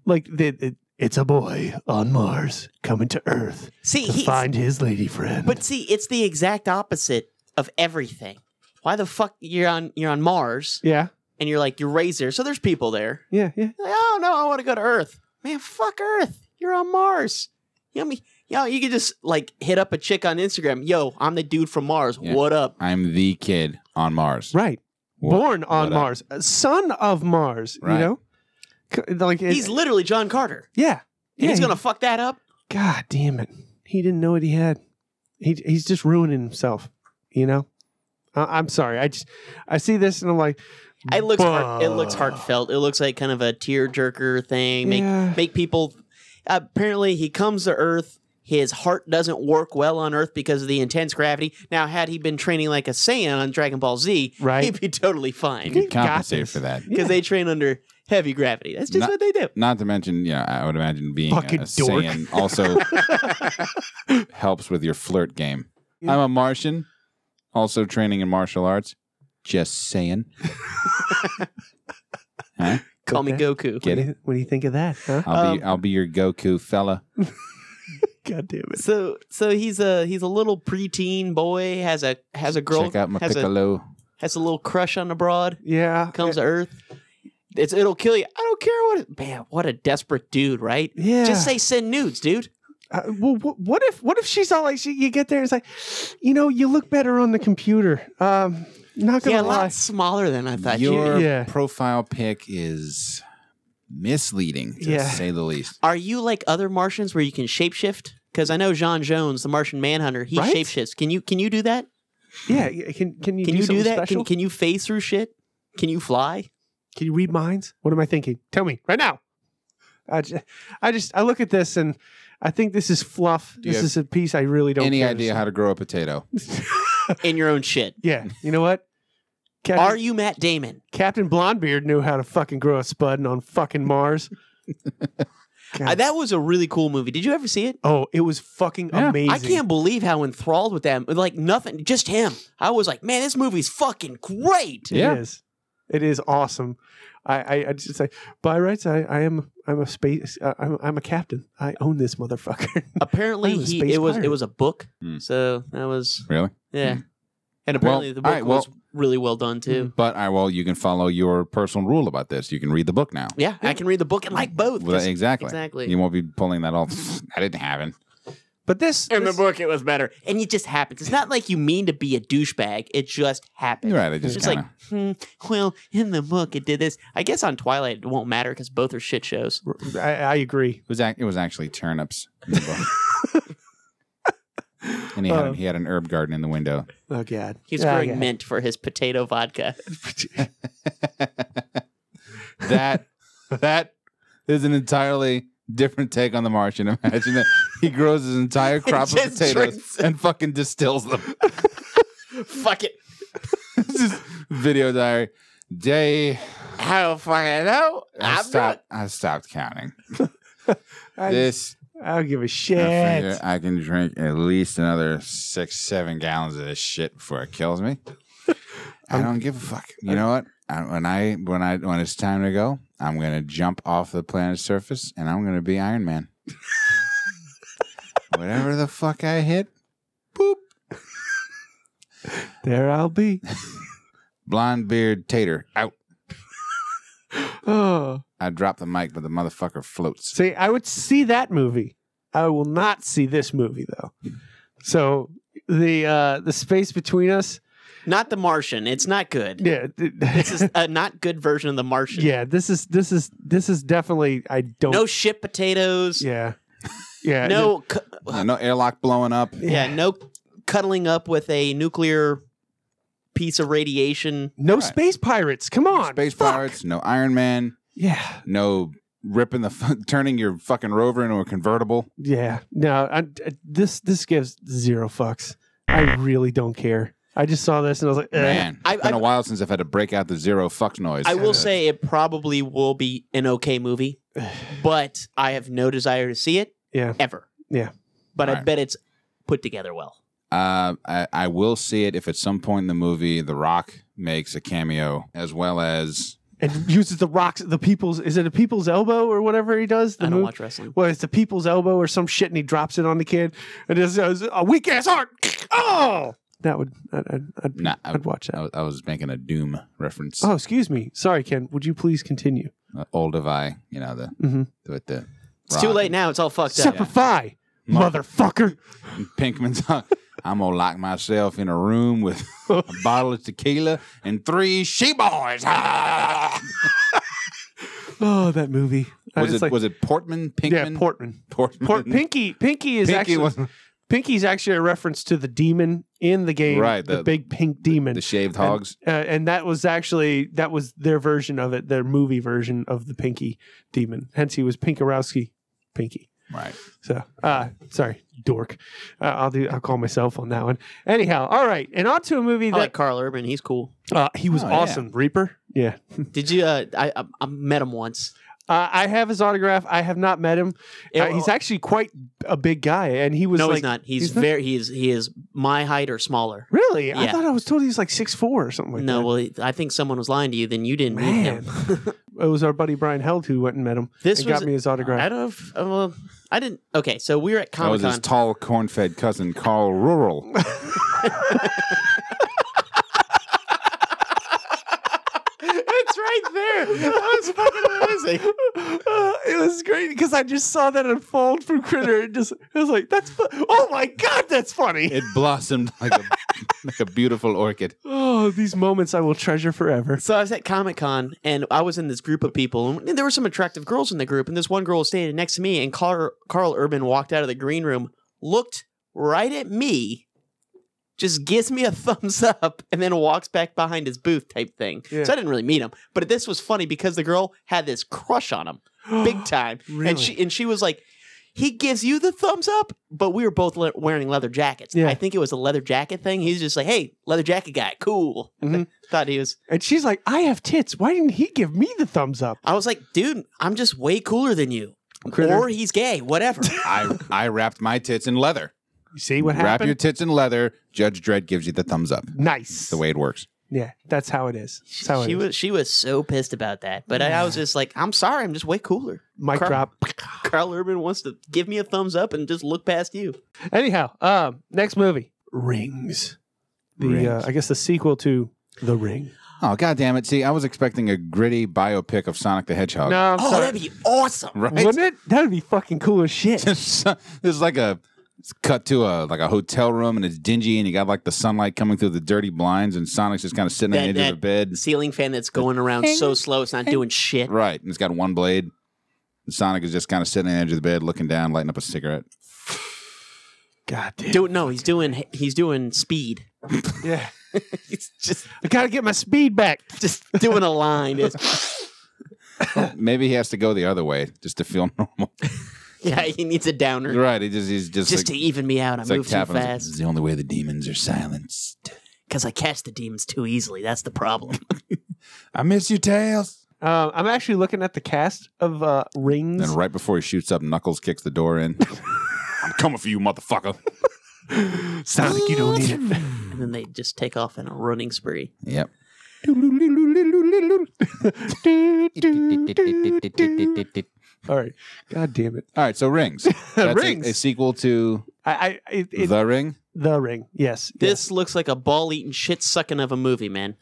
D: like the. it- it's a boy on Mars coming to Earth
A: See,
D: to
A: he's
D: find his lady friend.
A: But see, it's the exact opposite of everything. Why the fuck you're on you're on Mars
D: yeah,
A: and you're like you're raised there, so there's people there.
D: yeah, yeah.
A: Like, oh no, I want to go to Earth. Man, fuck Earth. You're on Mars. You know, what I mean? you, know, you could just like hit up a chick on Instagram. Yo, I'm the dude from Mars.
B: Yeah.
A: What up?
B: I'm the kid on Mars.
D: Right.
B: What-
D: Born on
B: what up?
D: Mars, A son of Mars.
B: Right.
D: You know, C- like it-
A: He's literally John Carter.
D: yeah, yeah.
A: he's
D: he-
A: gonna fuck that up.
D: God damn it! He didn't know what he had. He he's just ruining himself. You know. I, I'm sorry. I just I see this and I'm like,
A: It looks heart, it
D: Bah.
A: looks heartfelt. It looks like kind of a tearjerker thing. Make
D: Yeah.
A: make people. Apparently, he comes to Earth. His heart doesn't work well on Earth because of the intense gravity. Now, had he been training like a Saiyan on Dragon Ball Z,
D: Right.
A: he'd be totally fine
B: You
A: because
B: could
D: got
B: compensate
D: this.
B: for that.
D: Yeah.
A: they train under heavy gravity. That's just
B: Not-
A: what they do.
B: Not to mention, yeah, I would imagine being a,
D: Fucking
B: a
D: dork.
B: Saiyan also helps with your flirt game.
D: Yeah.
B: I'm a Martian, also training in martial arts. Just saying. Huh?
A: Call me
D: Okay.
A: Goku.
B: Get
D: what
B: it?
D: do
B: Uh,
D: Um, you- What do you think of that? Huh?
B: I'll be I'll be your Goku fella.
D: God damn it.
A: So so he's a he's a little preteen boy has a has a girl
B: Check out my
A: has a
B: piccolo.
A: has a little crush on the broad
D: Yeah.
A: comes to Earth. It's it'll kill you. I don't care what. It, man, what a desperate dude, right?
D: Yeah.
A: Just say send nudes, dude.
D: Uh, well, wh- what if what if she's all like, she, you get there and it's like, you know, you look better on the computer. Um, not gonna
A: Yeah, a
D: lie.
A: lot smaller than I thought. You
B: Your
D: yeah.
B: profile pic is misleading, to
D: Yeah.
B: say the least.
A: are you like other Martians where you can shapeshift? Because I know John Jones, the Martian Manhunter, he
D: Right?
A: shapeshifts. Can you can you do that?
D: Yeah, y- can can you
A: Can
D: do,
A: you do,
D: something
A: that?
D: special?
A: Can, can you phase through shit? Can you fly?
D: Can you read minds? What am I thinking? Tell me right now. I just, I just, I look at this and I think this is fluff.
B: you
D: This
B: have
D: is a piece I really don't.
B: Any
D: care to
B: idea
D: see.
B: how to grow a potato?
A: In your own shit.
D: Yeah, you know what? Captain,
A: Are you Matt Damon?
D: Captain Blondbeard knew how to fucking grow a spud on fucking Mars. God.
A: Uh, that was a really cool movie. Did you ever see it?
D: oh, it was fucking
B: Yeah. I
D: amazing.
A: I can't believe how enthralled with that. Like nothing, just him. I was like, man, this movie's fucking great.
D: It
B: Yeah.
D: is. It is awesome. I, I, I just say by rights, I, I am, I'm a space, uh, I'm, I'm a captain. I own this motherfucker.
A: Apparently,
D: I'm a
A: he,
D: space
A: it was
D: pirate.
A: it was a book.
B: Hmm.
A: So that was
B: Really?
A: yeah. And apparently,
B: Well,
A: the
B: all
A: book
B: right, Hmm.
A: was really well done too.
B: But I well, you can follow your personal rule about this. You can read the book now.
A: Yeah, I can read the book and like both.
B: Well,
A: 'cause-
B: exactly.
A: exactly.
B: You won't be pulling that all. I didn't have it.
D: but this,
A: In the
D: this-
A: book, it was better, and it just happens. It's not like you mean to be a douchebag; it just happens.
B: You're right. I just
A: It's
B: kind
A: like,
B: of.
A: hmm, well, in the book, it did this. I guess on Twilight, it won't matter because both are shit shows.
D: I, I agree.
B: It was ac- it was actually turnips. in the book. and he had
A: Uh.
D: Oh.
B: he had an herb garden in the window.
D: Oh God,
A: He was
D: Yeah,
A: growing
D: yeah.
A: mint for his potato vodka.
B: that that is an entirely different take on the Martian. Imagine that he grows his entire crop of
A: just
B: potatoes
A: drinks it.
B: and fucking distills them.
A: Fuck it.
B: It's just video diary. Day
A: I don't fucking know.
B: I
A: I'm
B: stopped I stopped counting.
D: I,
B: this
D: I don't give a
B: I
D: shit.
B: figure I can drink at least another six, seven gallons of this shit before it kills me.
D: Um,
B: I don't give a fuck. You know what? I, when I when I when it's time to go, I'm gonna jump off the planet's surface and I'm gonna be Iron Man. Whatever the fuck I hit,
D: There I'll be.
B: blonde beard tater out.
D: Oh.
B: I dropped the mic, but the motherfucker floats.
D: See, I would see that movie. I will not see this movie though. So the uh the space between us,
A: Not the Martian. It's not good.
D: yeah, th-
A: This is a not good version of the Martian.
D: yeah. This is this is this is definitely I don't.
A: No shit potatoes.
D: yeah, yeah.
A: No. Cu-
B: Uh, no airlock blowing up.
A: yeah. No cuddling up with a nuclear piece of radiation.
D: no
B: Right.
D: space pirates. Come on,
B: Space
D: fuck.
B: pirates. No Iron Man.
D: Yeah,
B: No ripping the fu- turning your fucking rover into a convertible.
D: yeah. No, I, I- this this gives zero fucks. I really don't care. I just saw this and I was like, eh.
B: Man,
A: I-
B: it's been
A: I-
B: a while since I've had to break out the zero fuck noise.
A: I will
B: Uh,
A: say it probably will be an okay movie, but I have no desire to see it
D: yeah.
A: ever.
D: Yeah.
A: But I
B: Right.
A: bet it's put together well.
B: uh, I, I will see it if at some point in the movie The Rock makes a cameo, as well as
D: and uses the rocks, the people's is it a people's elbow or whatever he does? The
A: I don't
D: move-
A: watch wrestling.
D: Mm-hmm. Well, it's the people's elbow or some shit, and he drops it on the kid, and it says a weak ass heart. Oh, that would I'd, I'd, I'd,
B: Nah, I-
D: I'd watch
B: I
D: that.
B: was, I was making a Doom reference.
D: Oh, excuse me, sorry, Ken. Would you please continue?
B: Uh, old Levi, you know the
D: Mhm.
B: with the
A: It's too
B: Rock.
A: late now. It's all fucked up.
D: Semper Fi, motherfucker.
B: Pinkman's. I'm gonna lock myself in a room with a bottle of tequila and three she boys.
D: Oh, that movie. I
B: was
D: just
B: it
D: like-
B: was it Portman? Pinkman?
D: yeah, Portman.
B: Portman.
D: Port, Pinky, Pinky is
B: Pinky
D: actually
B: was-
D: Pinky's actually a reference to the demon in the game,
B: Right,
D: The,
B: the-
D: big pink demon,
B: the shaved
D: And-
B: hogs.
D: uh, and that was actually that was their version of it, their movie version of the Pinky Demon. Hence, he was Pinkarowski Pinky.
B: right.
D: So, uh, sorry, dork. Uh, I'll do. I'll call myself on that one. Anyhow, all right, and on to a movie
A: I
D: that
A: like Carl Urban. He's cool.
D: uh, he was
B: Oh, yeah.
D: awesome. Reaper. Yeah,
A: Did you? Uh, I, I I met him once.
D: uh, I have his autograph. I have not met him.
A: Yeah,
D: Uh, he's
A: well-
D: actually quite a big guy, and he was
A: No,
D: like,
A: he's not. He's,
D: he's not? Oh
A: very. He is. He is my height or smaller.
D: Really? I
A: Yeah.
D: thought I was told he was like six four or something like
A: no,
D: that.
A: well, I think someone was lying to you. Then you didn't meet him.
D: it was our buddy Brian Held who went and met him.
A: This
D: and
A: was-
D: got me his
A: I
D: autograph.
A: don't know if uh, well, I didn't. Okay, so we were at
B: That
A: Comic
B: was his
A: Con.
B: tall, corn-fed cousin, Carl Rural.
A: it's right there. That was fucking amazing.
D: Uh, it was great because I just saw that unfold from Critter. And just I was like, "That's fu- oh my god, that's funny."
B: it blossomed like a like a beautiful orchid.
D: Oh, these moments I will treasure forever.
A: So I was at Comic Con and I was in this group of people, and there were some attractive girls in the group. And this one girl was standing next to me, and Carl, Carl Urban walked out of the green room, looked right at me, just gives me a thumbs up, and then walks back behind his booth type thing.
D: Yeah.
A: So I didn't really meet him, but this was funny because the girl had this crush on him, big time,
D: Really?
A: and she and she was like. He gives you the thumbs up, but we were both le- wearing leather jackets.
D: Yeah.
A: I think it was a leather jacket thing. He's just like, "Hey, leather jacket guy, cool."
D: Mhm.
A: Thought he was
D: And she's like, "I have tits. Why didn't he give me the thumbs up?"
A: I was like, dude, I'm just way cooler than you.
D: Critter.
A: Or he's gay, whatever.
B: I I wrapped my tits in leather.
D: You see what
B: Wrap
D: happened?
B: your tits in leather. Judge Dredd gives you the thumbs up.
D: nice.
B: The way it works.
D: yeah, that's how it is. That's how it
A: she
D: is.
A: was she was so pissed about that. But I, I was just like, I'm sorry, I'm just way cooler.
D: Mic
A: Cr-
D: drop.
A: Carl Urban wants to give me a thumbs up and just look past you.
D: Anyhow, um, next movie, Rings. The Uh,
B: Rings.
D: I guess the sequel to The Ring.
B: Oh god damn it! See, I was expecting a gritty biopic of Sonic the Hedgehog.
D: No, I'm
A: Oh,
D: sorry.
A: that'd be awesome.
B: Right?
D: wouldn't it? That'd be fucking cool as shit.
B: this is like a it's cut to a like a hotel room and it's dingy and you got like the sunlight coming through the dirty blinds and Sonic's just kind of sitting on the
A: That-
B: edge
A: that-
B: of the bed.
A: The ceiling fan that's going around so slow it's not doing shit.
B: Right, and it's got one blade. And Sonic is just kind of sitting on the edge of the bed, looking down, lighting up a cigarette.
D: God damn.
A: Dude, no, he's doing he's doing speed.
D: Yeah.
A: he's just
D: I gotta get my speed back.
A: just doing a line. It's-
B: Maybe he has to go the other way just to feel normal.
A: yeah, he needs a downer.
B: right, he just he's just
A: Just to
B: like,
A: even me out, I
B: it's like
A: move too
B: tapping. It's like, "This
A: fast
B: is the only way the demons are silenced.
A: because I catch the demons too easily. That's the problem.
B: I miss you, Tails.
D: Um, I'm actually looking at the cast of uh, Rings.
B: Then right before he shoots up, Knuckles kicks the door in. I'm coming for you, motherfucker.
D: Sonic, you don't need it.
A: and then they just take off in a running spree.
B: Yep.
D: All right. God damn it.
B: All right, so rings. That's a-
D: Rings.
B: A, sequel to
D: I, I it, it, the,
B: The Ring.
D: Ring. Yes.
A: This looks like a ball eating shit sucking of a movie, man.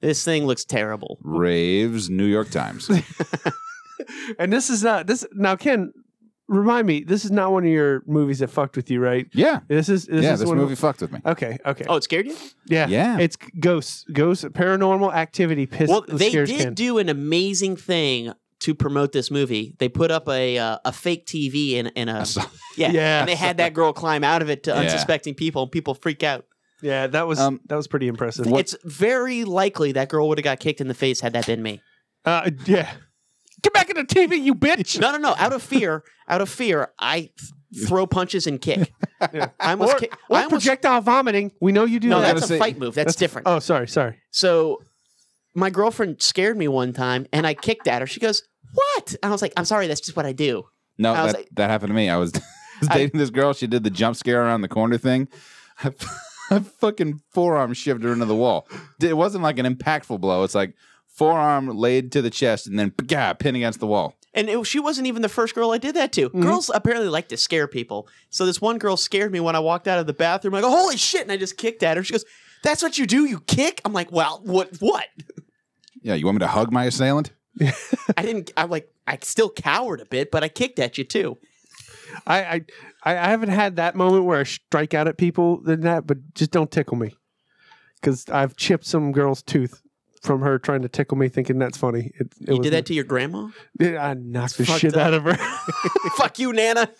A: this thing looks terrible.
B: Raves New York Times.
D: yes. And this is not this now Ken remind me this is not one of your movies that fucked with you, right?
B: Yeah.
D: This is this
B: yeah,
D: is
B: this
D: one of-
B: movie fucked with me.
D: okay, okay.
A: Oh, it scared you?
D: yeah.
B: yeah.
D: It's ghosts, ghosts, paranormal activity piss
A: well, they
D: scares
A: did
D: Ken.
A: do an amazing thing to promote this movie. They put up a uh, a fake TV in in a
B: saw-
A: yeah,
D: Yeah.
A: and they had that girl climb out of it to
B: Yeah.
A: unsuspecting people, and people freak out.
D: yeah, that was
B: Um,
D: that was pretty impressive.
A: It's very likely that girl would have got kicked in the face had that been me.
D: Uh, yeah. Get back in the TV, you bitch.
A: No, no, no. Out of fear, out of fear, I th- throw punches and kick. I almost,
D: Or-
A: kick-
D: Or
A: I almost
D: projectile vomiting. We know you do
A: No,
D: that.
A: that's a
B: say-
A: fight move. That's, different.
D: Oh, sorry, sorry.
A: So my girlfriend scared me one time and I kicked at her. She goes, What? And I was like, I'm sorry, that's just what I do.
B: No,
A: I was
B: that,
A: like-
B: that happened to me. I was, I was
A: I-
B: dating this girl. She did the jump scare around the corner thing. I, I fucking forearm shoved her into the wall. It wasn't like an impactful blow. It's like forearm laid to the chest and then yeah, pin against the wall.
A: And it, she wasn't even the first girl I did that to. Girls apparently like to scare people. So this one girl scared me when I walked out of the bathroom. I go, Holy shit. And I just kicked at her. She goes, That's what you do? You kick? I'm like, Well, what? What?
B: Yeah, you want me to hug my assailant?
A: I didn't, I'm like, I still cowered a bit, but I kicked at you too.
D: I, I I I haven't had that moment where I strike out at people than that, but just don't tickle me, because I've chipped some girl's tooth from her trying to tickle me, thinking that's funny. It, it
A: You did that to your grandma?
D: to? I knocked the
A: Fucked
D: shit
A: up.
D: out of her.
A: Fuck you, Nana.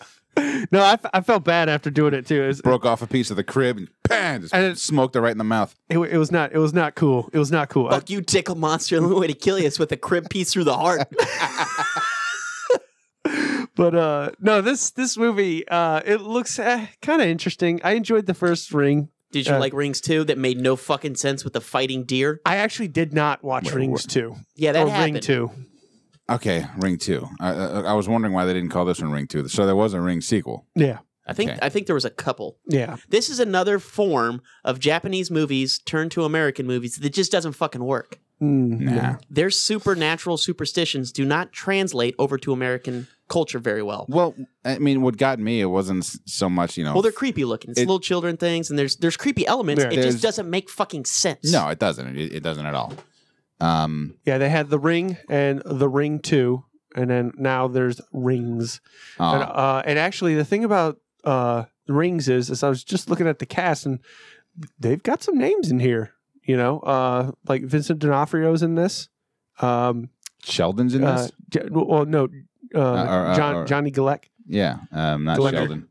D: no, I, f- I felt bad after doing it too. It was,
B: Broke off a piece of the crib and bam, just
D: And it-
B: smoked her right in the mouth.
D: it, wa- it was not it was not cool. It was not cool. I-
A: Fuck you, tickle monster. The only way to kill you is with a crib piece through the heart.
D: but uh no, this this movie uh it looks eh, kind of interesting. I enjoyed the first ring.
A: Did you
D: Uh,
A: like Rings 2 that made no fucking sense with the fighting deer?
D: I actually did not watch Rings two
A: Yeah, that
D: or
A: happened.
D: Oh, Ring two.
B: Okay, Ring Two. I, I, I was wondering why they didn't call this one Ring Two. So there was a Ring sequel.
D: Yeah,
A: I think
B: Okay.
A: I think there was a couple.
D: yeah.
A: This is another form of Japanese movies turned to American movies that just doesn't fucking work.
D: Mm,
B: Nah.
D: no.
A: Their supernatural superstitions do not translate over to American culture very well.
B: Well, I mean, what got me it wasn't s- so much, you know.
A: Well, they're creepy looking. It's
B: It-
A: little children things, and there's there's creepy elements.
D: Yeah.
A: it
B: There's-
A: just doesn't make fucking sense.
B: no, it doesn't. It, it doesn't at all. Um,
D: Yeah, they had the ring and the ring two, and then now there's rings.
B: uh,
D: And, uh, and actually, the thing about uh, rings is, is I was just looking at the cast, and they've got some names in here. You know, uh, like Vincent D'Onofrio's in this. Um,
B: Sheldon's in this.
D: uh, J- well, no, uh,
B: or- or-
D: John,
B: or-
D: Johnny Gillette.
B: yeah, um, not
D: Leonard.
B: Sheldon.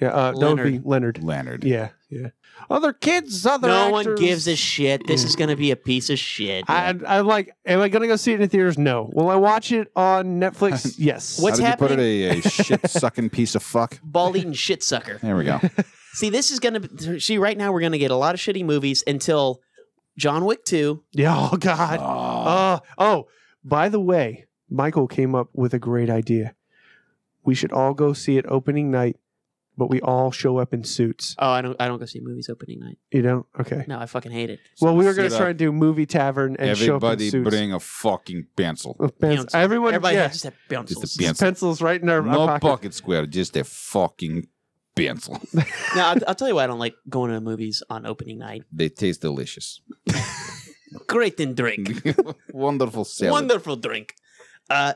D: Yeah, uh, that would be Leonard.
B: Leonard.
D: Yeah, yeah. Other kids, other
A: no one
D: actors. Mm.
A: gives a shit. This is gonna be a piece of shit.
D: I, I'm like, am I gonna go see it in theaters? No. Will I watch it on Netflix? yes.
A: What- What's
B: How did
A: happening-
B: You put it a, shit sucking piece of fuck.
A: Ball eating shit sucker.
B: There we go.
A: See, this is gonna be, see right now we're gonna get a lot of shitty movies until John Wick two.
D: Yeah. Oh God.
B: Ah,
D: Uh, oh, by the way, Michael came up with a great idea. We should all go see it opening night, but we all show up in suits.
A: Oh, I don't I don't go see movies opening night.
D: You know? Okay.
A: No, I fucking hate it.
D: Well, we were going
B: Suit
D: to
B: up.
D: try and do movie tavern and
B: Everybody
D: show up in suits.
B: bring a fucking pencil.
D: With pens-
A: Pencil.
D: Everyone,
A: Everybody
D: yeah,
A: has just have pencils.
B: Just a pencil.
D: pencils right in our, our
B: No
D: pocket.
B: pocket square, just a fucking pencil.
A: no, I'll, I'll tell you why I don't like going to the movies on opening night.
B: they taste delicious.
A: Great and drink.
B: Wonderful salad.
A: Wonderful drink. Uh,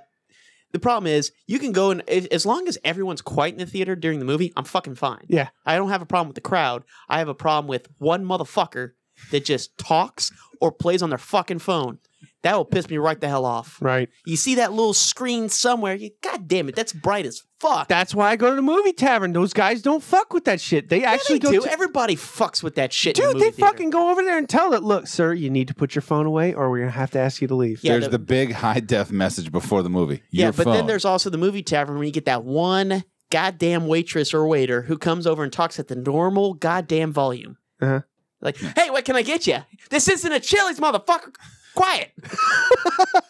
A: the problem is, you can go and if, as long as everyone's quiet in the theater during the movie, I'm fucking fine.
D: Yeah.
A: I don't have a problem with the crowd. I have a problem with one motherfucker that just talks or plays on their fucking phone. That will piss me right the hell off.
D: Right.
A: You see that little screen somewhere? You, God damn it, that's bright as fuck.
D: That's why I go to the movie tavern. Those guys don't fuck with that shit. They
A: Yeah,
D: actually
A: they
D: go
A: do.
D: to
A: Everybody fucks with that shit. in the
D: Dude,
A: movie
D: they
A: theater.
D: fucking go over there and tell it, look, sir, you need to put your phone away or we're going to have to ask you to leave.
A: Yeah,
B: there's
A: the-
B: the, big high def message before the movie.
A: Yeah,
B: Your
A: but then
B: phone.
A: there's also the movie tavern where you get that one goddamn waitress or waiter who comes over and talks at the normal goddamn volume.
D: Uh-huh.
A: Like, hey, what can I get you? This isn't a Chili's, motherfucker. Quiet.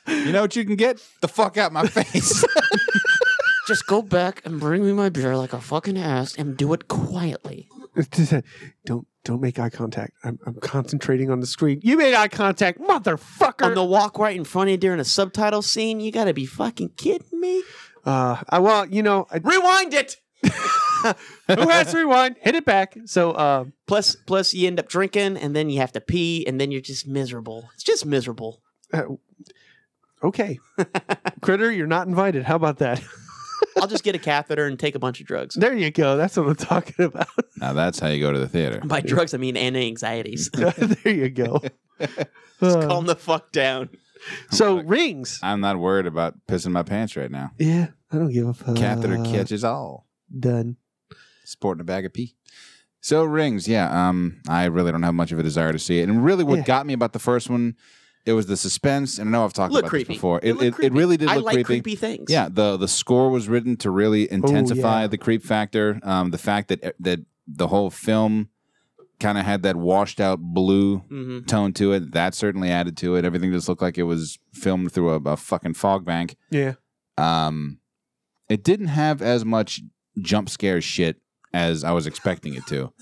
B: you know what you can get? The fuck out my face.
A: Just go back and bring me my beer like I fucking asked and do it quietly.
D: don't don't make eye contact. I'm, I'm concentrating on the screen. You made eye contact,
A: On
D: motherfucker.
A: the walk right in front of you during a subtitle scene, you gotta be fucking kidding me.
D: uh, I, well, you know, I,
A: Rewind it.
D: who has to rewind? Hit it back. So, uh,
A: Plus, plus you end up drinking and then you have to pee and then you're just miserable. It's just miserable.
D: okay, critter, you're not invited. How about that?
A: I'll just get a catheter and take a bunch of drugs.
D: There you go. That's what I'm talking about.
B: now that's how you go to the theater.
A: And By drugs, I mean anti anxieties.
D: there you go. Uh,
A: Calm the fuck down.
D: so rings.
B: I'm not worried about pissing my pants right now.
D: Yeah, I don't give a fuck.
B: Catheter catches all.
D: Done.
B: Sporting a bag of pee. So rings, yeah. Um, I really don't have much of a desire to see it. And really, what
D: Yeah.
B: got me about the first one, it was the suspense. And I know I've talked
A: Look
B: about
A: creepy.
B: this before.
A: It
B: It,
A: looked
B: it, it
A: creepy.
B: really did
A: I
B: look
A: like creepy.
B: creepy.
A: things. Oh,
B: Yeah, the the score was written to really intensify
D: yeah.
B: the creep factor. Um, the fact that that the whole film kind of had that washed out blue
A: hmm
B: tone to it that certainly added to it. Everything just looked like it was filmed through a, a fucking fog bank.
D: Yeah.
B: Um, it didn't have as much jump scare shit as I was expecting it to.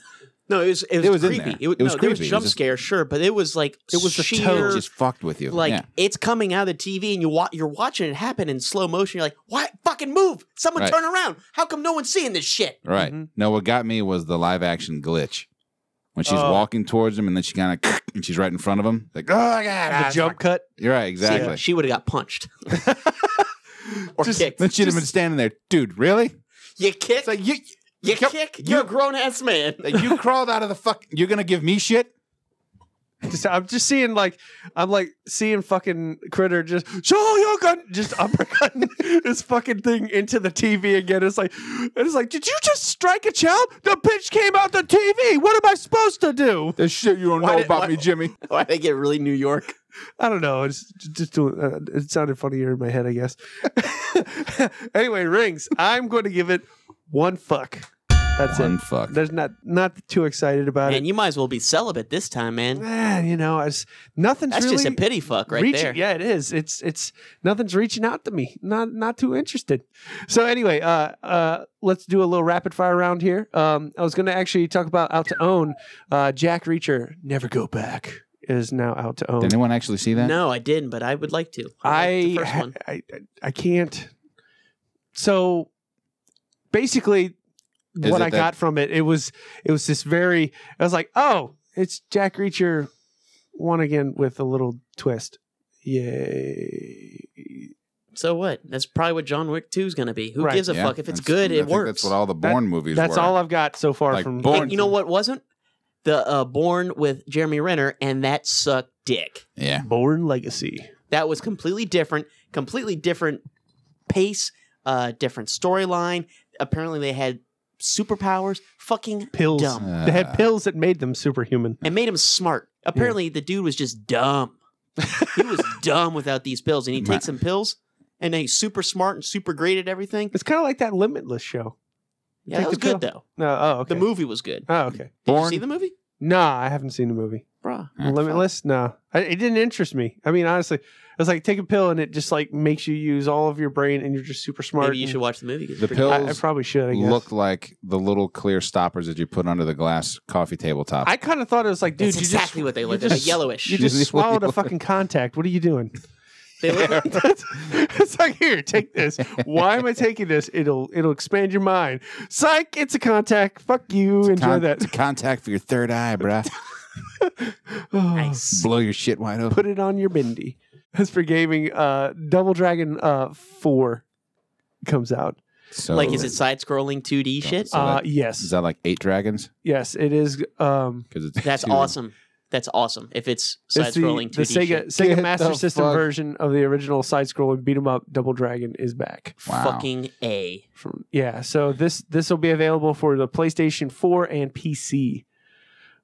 A: No, it was it was,
B: It was in
A: creepy.
B: there.
A: It was,
B: It was
A: no, There was
B: creepy. It was
A: jump
B: just-
A: scare, sure, but it was like
D: It was the
A: sheer,
D: tone.
B: It just fucked with you.
A: like
B: yeah.
A: it's coming out of the TV, and you wa- you're watching it happen in slow motion. You're like, "Why fucking move? Someone
B: Right.
A: turn around! How come no one's seeing this shit?"
B: Right.
D: Mhm.
B: No, what got me was the live action glitch. When she's
D: Oh.
B: walking towards him and then she kind of and she's right in front of him. Like, oh my god.
D: The
B: ah,
D: jump
B: fuck."
D: cut.
B: You're right,
A: See,
B: exactly.
A: she would have got punched or
B: Just-
A: kicked.
B: Then she'd have been standing there, dude, really?
A: You kick,
B: It's like you
A: you
B: yep,
A: kick. You're a grown ass man.
B: like, you crawled out of the fuck you're gonna give me shit?
D: Just, I'm just seeing like I'm like seeing fucking critter just show your gun, just uppercutting this fucking thing into the TV again. It's like it's like, did you just strike a child? The bitch came out the TV. What am I supposed to do?
B: The shit you don't
A: Why did- why-
B: Jimmy.
A: Why they get really New York?
D: I don't know. It's just doing. Uh, it sounded funnier in my head, I guess. anyway, rings. I'm going to give it one fuck. That's
B: One
D: it.
B: fuck.
D: There's not not too excited about
A: Man,
D: it.
A: you might as well be celibate this time, man.
D: Man, you know, it's nothing's
A: That's
D: really.
A: just a pity fuck right
D: reaching,
A: there.
D: Yeah, it is. It's it's nothing's reaching out to me. Not not too interested. So anyway, uh, uh, let's do a little rapid fire round here. Um, I was going to actually talk about out to own. Uh, Jack Reacher, never go back. is now out to own.
B: Did anyone actually see that?
A: No, I didn't, but I would like to. liked
D: I,
A: the first one.
D: I, I I can't. So basically,
B: Is
D: what
B: it
D: I
B: that-
D: got from it, it was it was this very. I was like, oh, it's Jack Reacher, one again with a little twist. Yay!
A: So what? That's probably what John Wick 2 is going to be. Who
D: Right.
A: gives a
B: Yeah,
A: fuck if it's
B: that's-
A: good?
B: I
A: It
B: think
A: works.
B: That's what all the
D: That-
B: Bourne movies
D: That's
B: were.
D: all I've got so far
B: Like
D: from.
B: Bourne-
A: And you know what wasn't? The uh, Born with Jeremy Renner, and that sucked dick.
B: yeah.
D: Born Legacy.
A: That was completely different, completely different pace, uh, different storyline. Apparently, they had superpowers. Fucking
D: Pills.
A: Dumb.
D: they had
B: Uh,
D: pills that made them superhuman.
A: and made him smart. Apparently, the dude was just dumb. he was dumb without these pills, and he
B: Ma-
A: takes some pills, and then he's super smart and super great at everything.
D: It's kind of like that Limitless show.
A: Yeah,
D: Take
A: that was
D: the pill.
A: good though.
D: No, oh, okay.
A: The movie was good.
D: Oh, okay.
A: Did
B: Born-
A: you see the movie,
D: Nah, I haven't seen the movie.
A: Bruh.
B: Yeah.
D: Limitless? No, I, it didn't interest me. I mean, honestly, I was like, take a pill and it just like makes you use all of your brain and you're just super smart.
A: Maybe you
D: and-
A: should watch the movie. 'cause it's
B: The
A: pretty-
B: pill-
D: I, I probably should. I guess.
B: Look like the little clear stoppers that you put under the glass coffee tabletop.
D: I kind of thought it was like, dude,
A: That's
D: you
A: exactly
D: just,
A: what they
D: you
A: look. They're
D: just-
A: yellowish.
D: You just
B: Usually what
D: swallowed
B: you
D: a
B: look-
D: fucking contact. What are you doing?
A: they look like
D: it's like here, take this. Why am I taking this? It'll it'll expand your mind. Psych, it's a contact. Fuck you. Enjoy
B: Con-
D: that.
B: Contact for your third eye, bruh.
A: nice.
B: Blow your shit wide open.
D: Oh, Put it on your bendy. As for gaming, uh, Double Dragon uh, four comes out.
B: So,
A: Like, is it side-scrolling 2D shit?
B: So
D: uh,
B: that-
D: yes,
B: Is that like eight dragons?
D: yes, it is. Um,
B: Because it's
A: That's
B: two.
A: awesome. That's awesome. If it's
D: it's the,
A: side-scrolling
D: the
A: 2D
D: Sega
A: shit.
D: Sega
B: Get
D: Master
B: the
D: System
B: fuck-
D: version of the original side scrolling beat 'em up Double Dragon is back.
B: Wow.
A: Fucking a.
D: From yeah, so this this will be available for the PlayStation 4 and PC.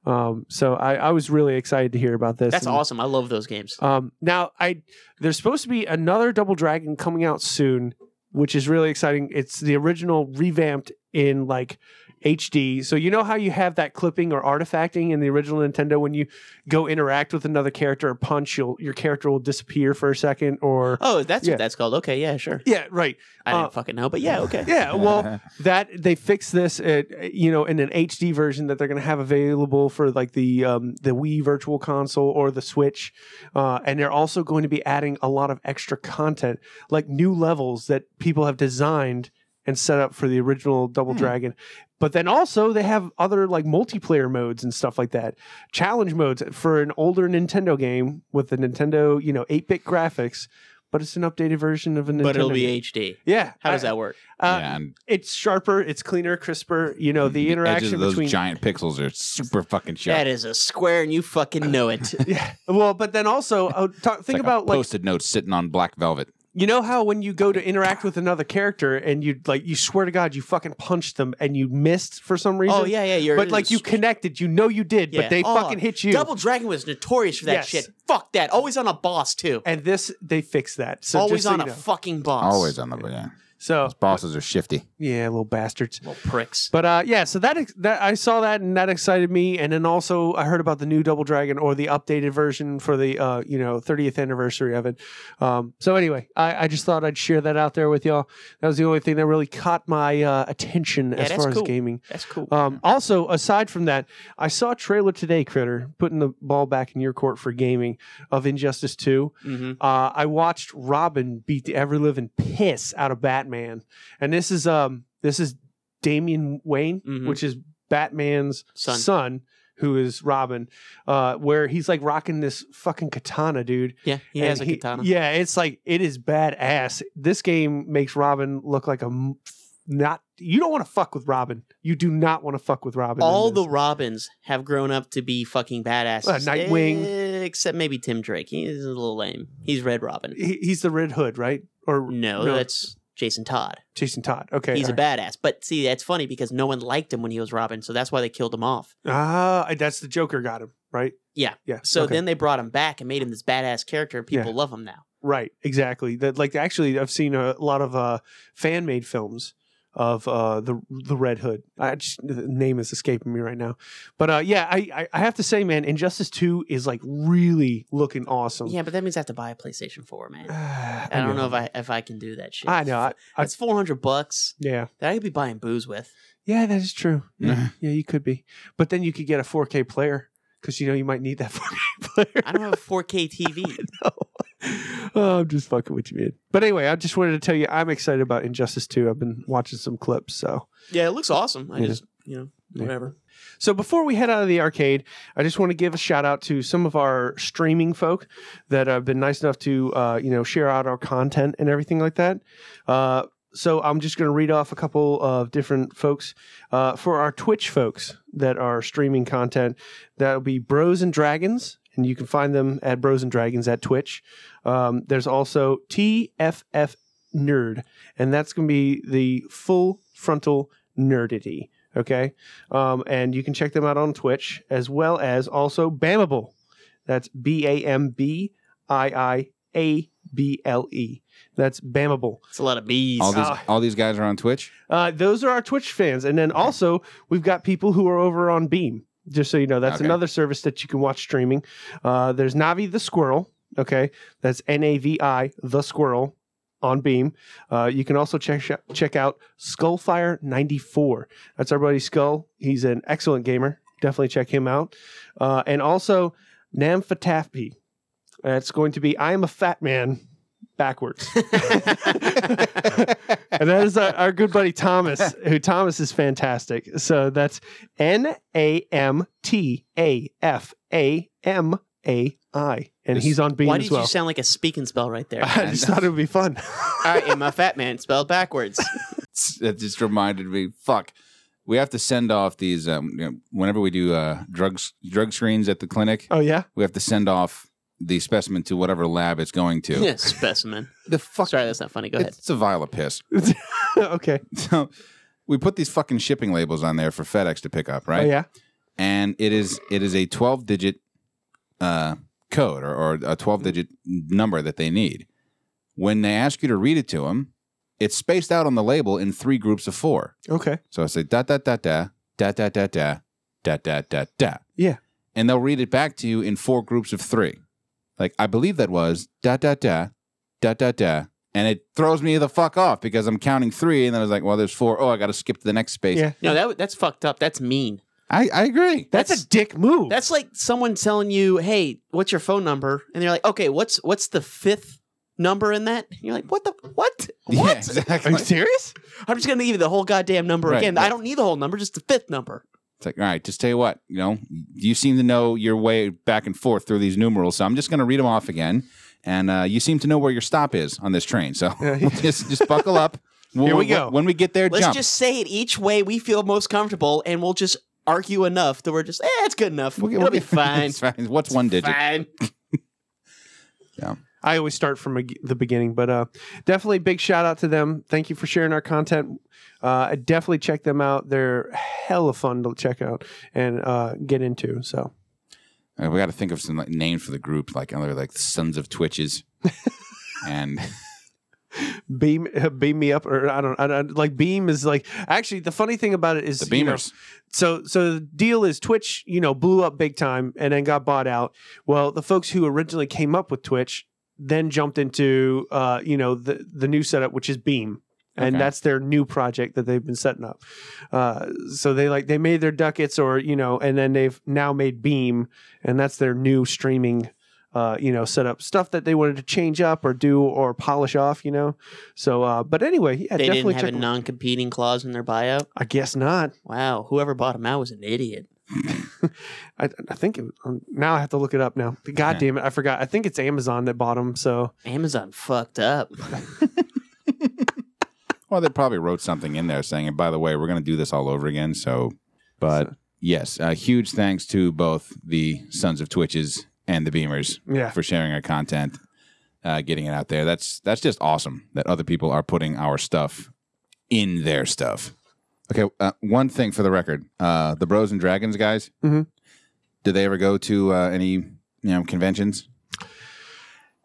D: Um, so I, I was really excited to hear about this.
A: That's
D: And,
A: awesome. I love those games.
D: Um, now I there's supposed to be another Double Dragon coming out soon, which is really exciting. It's the original revamped in like HD. So you know how you have that clipping or artifacting in the original Nintendo when you go interact with another character or punch, you'll, your character will disappear for a second or
A: Oh, that's
D: yeah.
A: what that's called. Okay, yeah, sure.
D: yeah, right.
A: I
D: Uh,
A: didn't fucking know, but yeah, okay.
D: Yeah, Uh, well, that they fix this at, you know in an HD version that they're going to have available for like the um, the Wii Virtual Console or the Switch, uh, and they're also going to be adding a lot of extra content like new levels that people have designed and set up for the original Double
B: Hmm.
D: Dragon. But then also they have other like multiplayer modes and stuff like that, challenge modes for an older Nintendo game with the Nintendo you know eight bit graphics, but it's an updated version of a Nintendo.
A: But it'll
D: game.
A: be HD.
D: yeah.
A: How does
D: I-
A: that work?
D: Uh,
B: yeah, and
D: it's sharper, it's cleaner, crisper. You know, the
B: edges
D: interaction
B: of those
D: between
B: giant pixels are super fucking
A: That
B: sharp.
A: is a square, and you fucking know it. Oh,
D: yeah. Well, but then also uh, talk, think about like
B: posted notes sitting on black velvet.
D: you know how when you go to interact with another character and you like you swear to God you fucking punched them and you missed for some reason.
A: oh yeah, yeah. You're,
D: But like you connected, you know you did,
A: yeah.
D: but they
A: Oh,
D: fucking hit you.
A: Double Dragon was notorious for that
D: Yes.
A: shit. Fuck that. Always on a boss too.
D: and this they fixed that. So
A: Always
D: just so
A: on
D: you
A: a
D: know.
A: fucking boss.
B: Always on the yeah.
D: so
B: Bosses are shifty.
D: yeah, little bastards.
A: Little Oh, pricks.
D: But uh, yeah, so that that I saw that and that excited me, and then also I heard about the new Double Dragon or the updated version for the uh, you know 30th anniversary of it. Um, so anyway, I, I just thought I'd share that out there with y'all. That was the only thing that really caught my uh, attention as
A: that's
D: far
A: cool.
D: as gaming.
A: That's cool.
D: Um, also, aside from that, I saw a trailer today, Critter, putting the ball back in your court for gaming of Injustice 2.
A: hmm
D: Uh, I watched Robin beat the ever living piss out of Batman, and this is um this is Damian Wayne,
A: Mhm.
D: which is Batman's
A: Son.
D: son. who is Robin, uh, where he's like rocking this fucking katana, dude.
A: Yeah, he
D: And
A: has a katana.
D: Yeah, it's like it is badass. This game makes Robin look like a m- not. You don't want to fuck with Robin. You do not want to fuck with Robin. in
A: All the
D: this.
A: Robins have grown up to be fucking badasses.
D: Uh, Nightwing.
A: Eh, Except maybe Tim Drake. He's a little lame. He's Red Robin.
D: He- he's the Red Hood, right? Or
A: No, that's Jason Todd.
D: Jason Todd. Okay,
A: Mm. He's a
D: alright.
A: badass. But see, that's funny because no one liked him when he was Robin, so that's why they killed him off.
D: ah. That's the Joker got him right.
A: Yeah.
D: Yeah.
A: So
D: okay.
A: then they brought him back and made him this badass character, and people love him now.
D: Right, exactly. That like actually, I've seen a lot of uh, fan made films of uh, the the Red Hood. I just, the name is escaping me right now, but uh, yeah, I, I I have to say, man, Injustice Two is like really looking awesome.
A: Yeah, but that means I have to buy a PlayStation 4, man.
D: I,
A: Oh. I don't know if I if I can do that shit.
D: I know. I, I,
A: That's 400 bucks
D: yeah,
A: that I could be buying booze with.
D: yeah, that is true. Yeah, yeah, you could be, but then you could get a 4K player. because you know you might need that 4K player.
A: I don't have a 4K TV.
D: oh, I'm just fucking with you, man. But anyway, I just wanted to tell you I'm excited about Injustice 2. I've been watching some clips, so
A: yeah, it looks awesome. I
D: Yeah.
A: just, you know,
D: Yeah.
A: whatever.
D: so before we head out of the arcade, I just want to give a shout out to some of our streaming folk that have been nice enough to uh, you know share out our content and everything like that. Uh, so I'm just going to read off a couple of different folks uh, for our Twitch folks that are streaming content. That'll be Bros and Dragons, and you can find them at Bros and Dragons at Twitch. Um, there's also TFF Nerd, and that's going to be the full frontal nerdity. Okay, um, and you can check them out on Twitch as well as also Bamable. That's B A M B I I A B L E. That's Bamable.
A: It's a lot of bees.
B: All these
D: Ah.
B: all these guys are on Twitch.
D: Uh, those are our Twitch fans, and then also we've got people who are over on Beam. Just so you know, that's
B: Okay.
D: another service that you can watch streaming. Uh, there's Navi the Squirrel. Okay, that's N A V I the Squirrel on Beam. Uh, you can also check check out Skullfire ninety four. That's our buddy Skull. He's an excellent gamer. Definitely check him out. Uh, and also Namfatafpi. That's going to be I am a fat man backwards. and that is our, our good buddy Thomas, who Thomas is fantastic. So that's N A M T A F A M A I, and he's on Beam
A: Why
D: as
A: did
D: well.
A: you sound like a speaking spell right there?
D: I just thought it would be fun.
A: I am a fat man spelled backwards.
B: That just reminded me. Fuck. We have to send off these um, you know, whenever we do uh, drugs drug screens at the clinic.
D: Oh yeah,
B: We have to send off the specimen to whatever lab it's going to.
A: Yeah, specimen.
B: The fuck.
A: Sorry, that's not funny. Go ahead.
B: It's a vial of piss.
D: okay. Oh,
B: So we put these fucking shipping labels on there for FedEx to pick up, right?
D: Oh yeah,
B: and it is it is a 12 digit uh, code or, or a 12 digit number that they need when they ask you to read it to them it's spaced out on the label in three groups of four
D: okay.
B: so i say da da da da da da da da da da da da
D: Yeah.
B: and they'll read it back to you in four groups of three like i believe that was da da da da da da and it throws me the fuck off because i'm counting three and then i was like well there's four. Oh, i gotta skip to the next space
D: Yeah.
A: No, that that's fucked up. That's mean.
B: I, I agree
D: That's, a dick move.
A: That's like someone telling you, "Hey, what's your phone number?" And they're like, "Okay, what's what's the fifth number in that?" And you're like, "What the what? What?
B: yeah, exactly
D: Are you serious?
A: I'm just gonna give you the whole goddamn number
B: Right,
A: again.
B: right.
A: I don't need the whole number, just the fifth number."
B: It's like, all right, just tell you what, you know, you seem to know your way back and forth through these numerals, so I'm just going to read them off again. And uh, you seem to know where your stop is on this train, so just just buckle up. When,
D: Here we
B: when-
D: go.
B: When we get there,
A: Let's
B: jump.
A: just say it each way we feel most comfortable, and we'll just argue enough that we're just, "Eh, it's good enough.
B: We'll get-
A: It'll
B: we'll
A: be
B: get-
A: fine.
B: it's What's one digit?
A: fine."
D: I always start from a g- the beginning, but uh, definitely big shout out to them. Thank you for sharing our content. Uh, definitely check them out. They're hella fun to check out and uh, get into. So
B: Uh, we got to think of some like, names for the group, like other like Sons of Twitches, and
D: beam beam me up, or I don't, I don't like beam is like actually the funny thing about it is
B: the
D: you know,
B: Beamers.
D: so so the deal is Twitch, you know, blew up big time and then got bought out. Well, the folks who originally came up with Twitch then jumped into uh, you know, the the new setup which is Beam. And
B: Okay.
D: that's their new project that they've been setting up. Uh, so they like they made their ducats or you know, and then they've now made Beam, and that's their new streaming, uh, you know, setup stuff that they wanted to change up or do or polish off, you know. So, uh, but anyway, yeah,
A: They
D: definitely
A: didn't have
D: check.
A: a
D: them-
A: non-competing clause in their buyout.
D: I guess not.
A: Wow, whoever bought them out was an idiot.
D: I, I think it, um, now I have to look it up now. God
B: Yeah.
D: damn it, I forgot. I think it's Amazon that bought them. So
A: Amazon fucked up.
B: Well, they probably wrote something in there saying, and by the way, we're going to do this all over again. So, but yes, uh, huge thanks to both the Sons of Twitches and the Beamers
D: yeah,
B: for sharing our content, uh, getting it out there. That's that's just awesome that other people are putting our stuff in their stuff. Okay, uh, one thing for the record, uh, the Bros and Dragons guys,
D: Mhm.
B: did they ever go to uh, any you know conventions?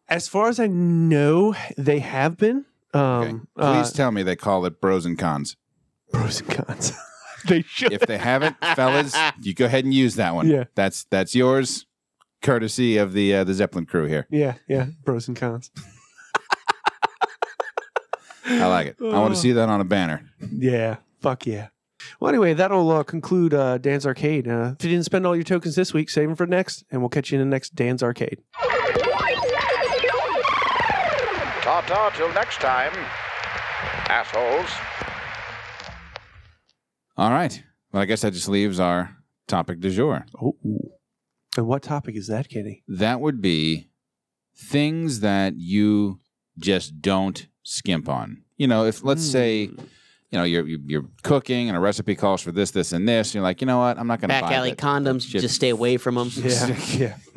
D: as far as I know, they have been.
B: Okay.
D: Um,
B: Please
D: uh,
B: tell me they call it Bros and Cons.
D: pros and cons. they should.
B: if they haven't, fellas, you go ahead and use that one.
D: Yeah.
B: that's that's yours, courtesy of the uh, the Zeppelin crew here.
D: Yeah, yeah, pros and cons. Oh.
B: I like it. I want to see that on a banner.
D: Yeah, fuck yeah. Well, anyway, that'll uh, conclude uh, Dan's Arcade. Uh, if you didn't spend all your tokens this week, save them for next, and we'll catch you in the next Dan's Arcade.
H: Ta ta till next time, assholes.
B: All right. Well, I guess that just leaves our topic du jour.
D: Oh. And what topic is that, Kenny?
B: That would be things that you just don't skimp on. You know, if let's say,
A: Hmm.
B: you know, you're you're- you're cooking and a recipe calls for this, this, and this, and you're like, you know what, I'm not going to
A: Back
B: buy
A: alley
B: that.
A: condoms,
B: shit.
A: just stay away from them.
D: yeah.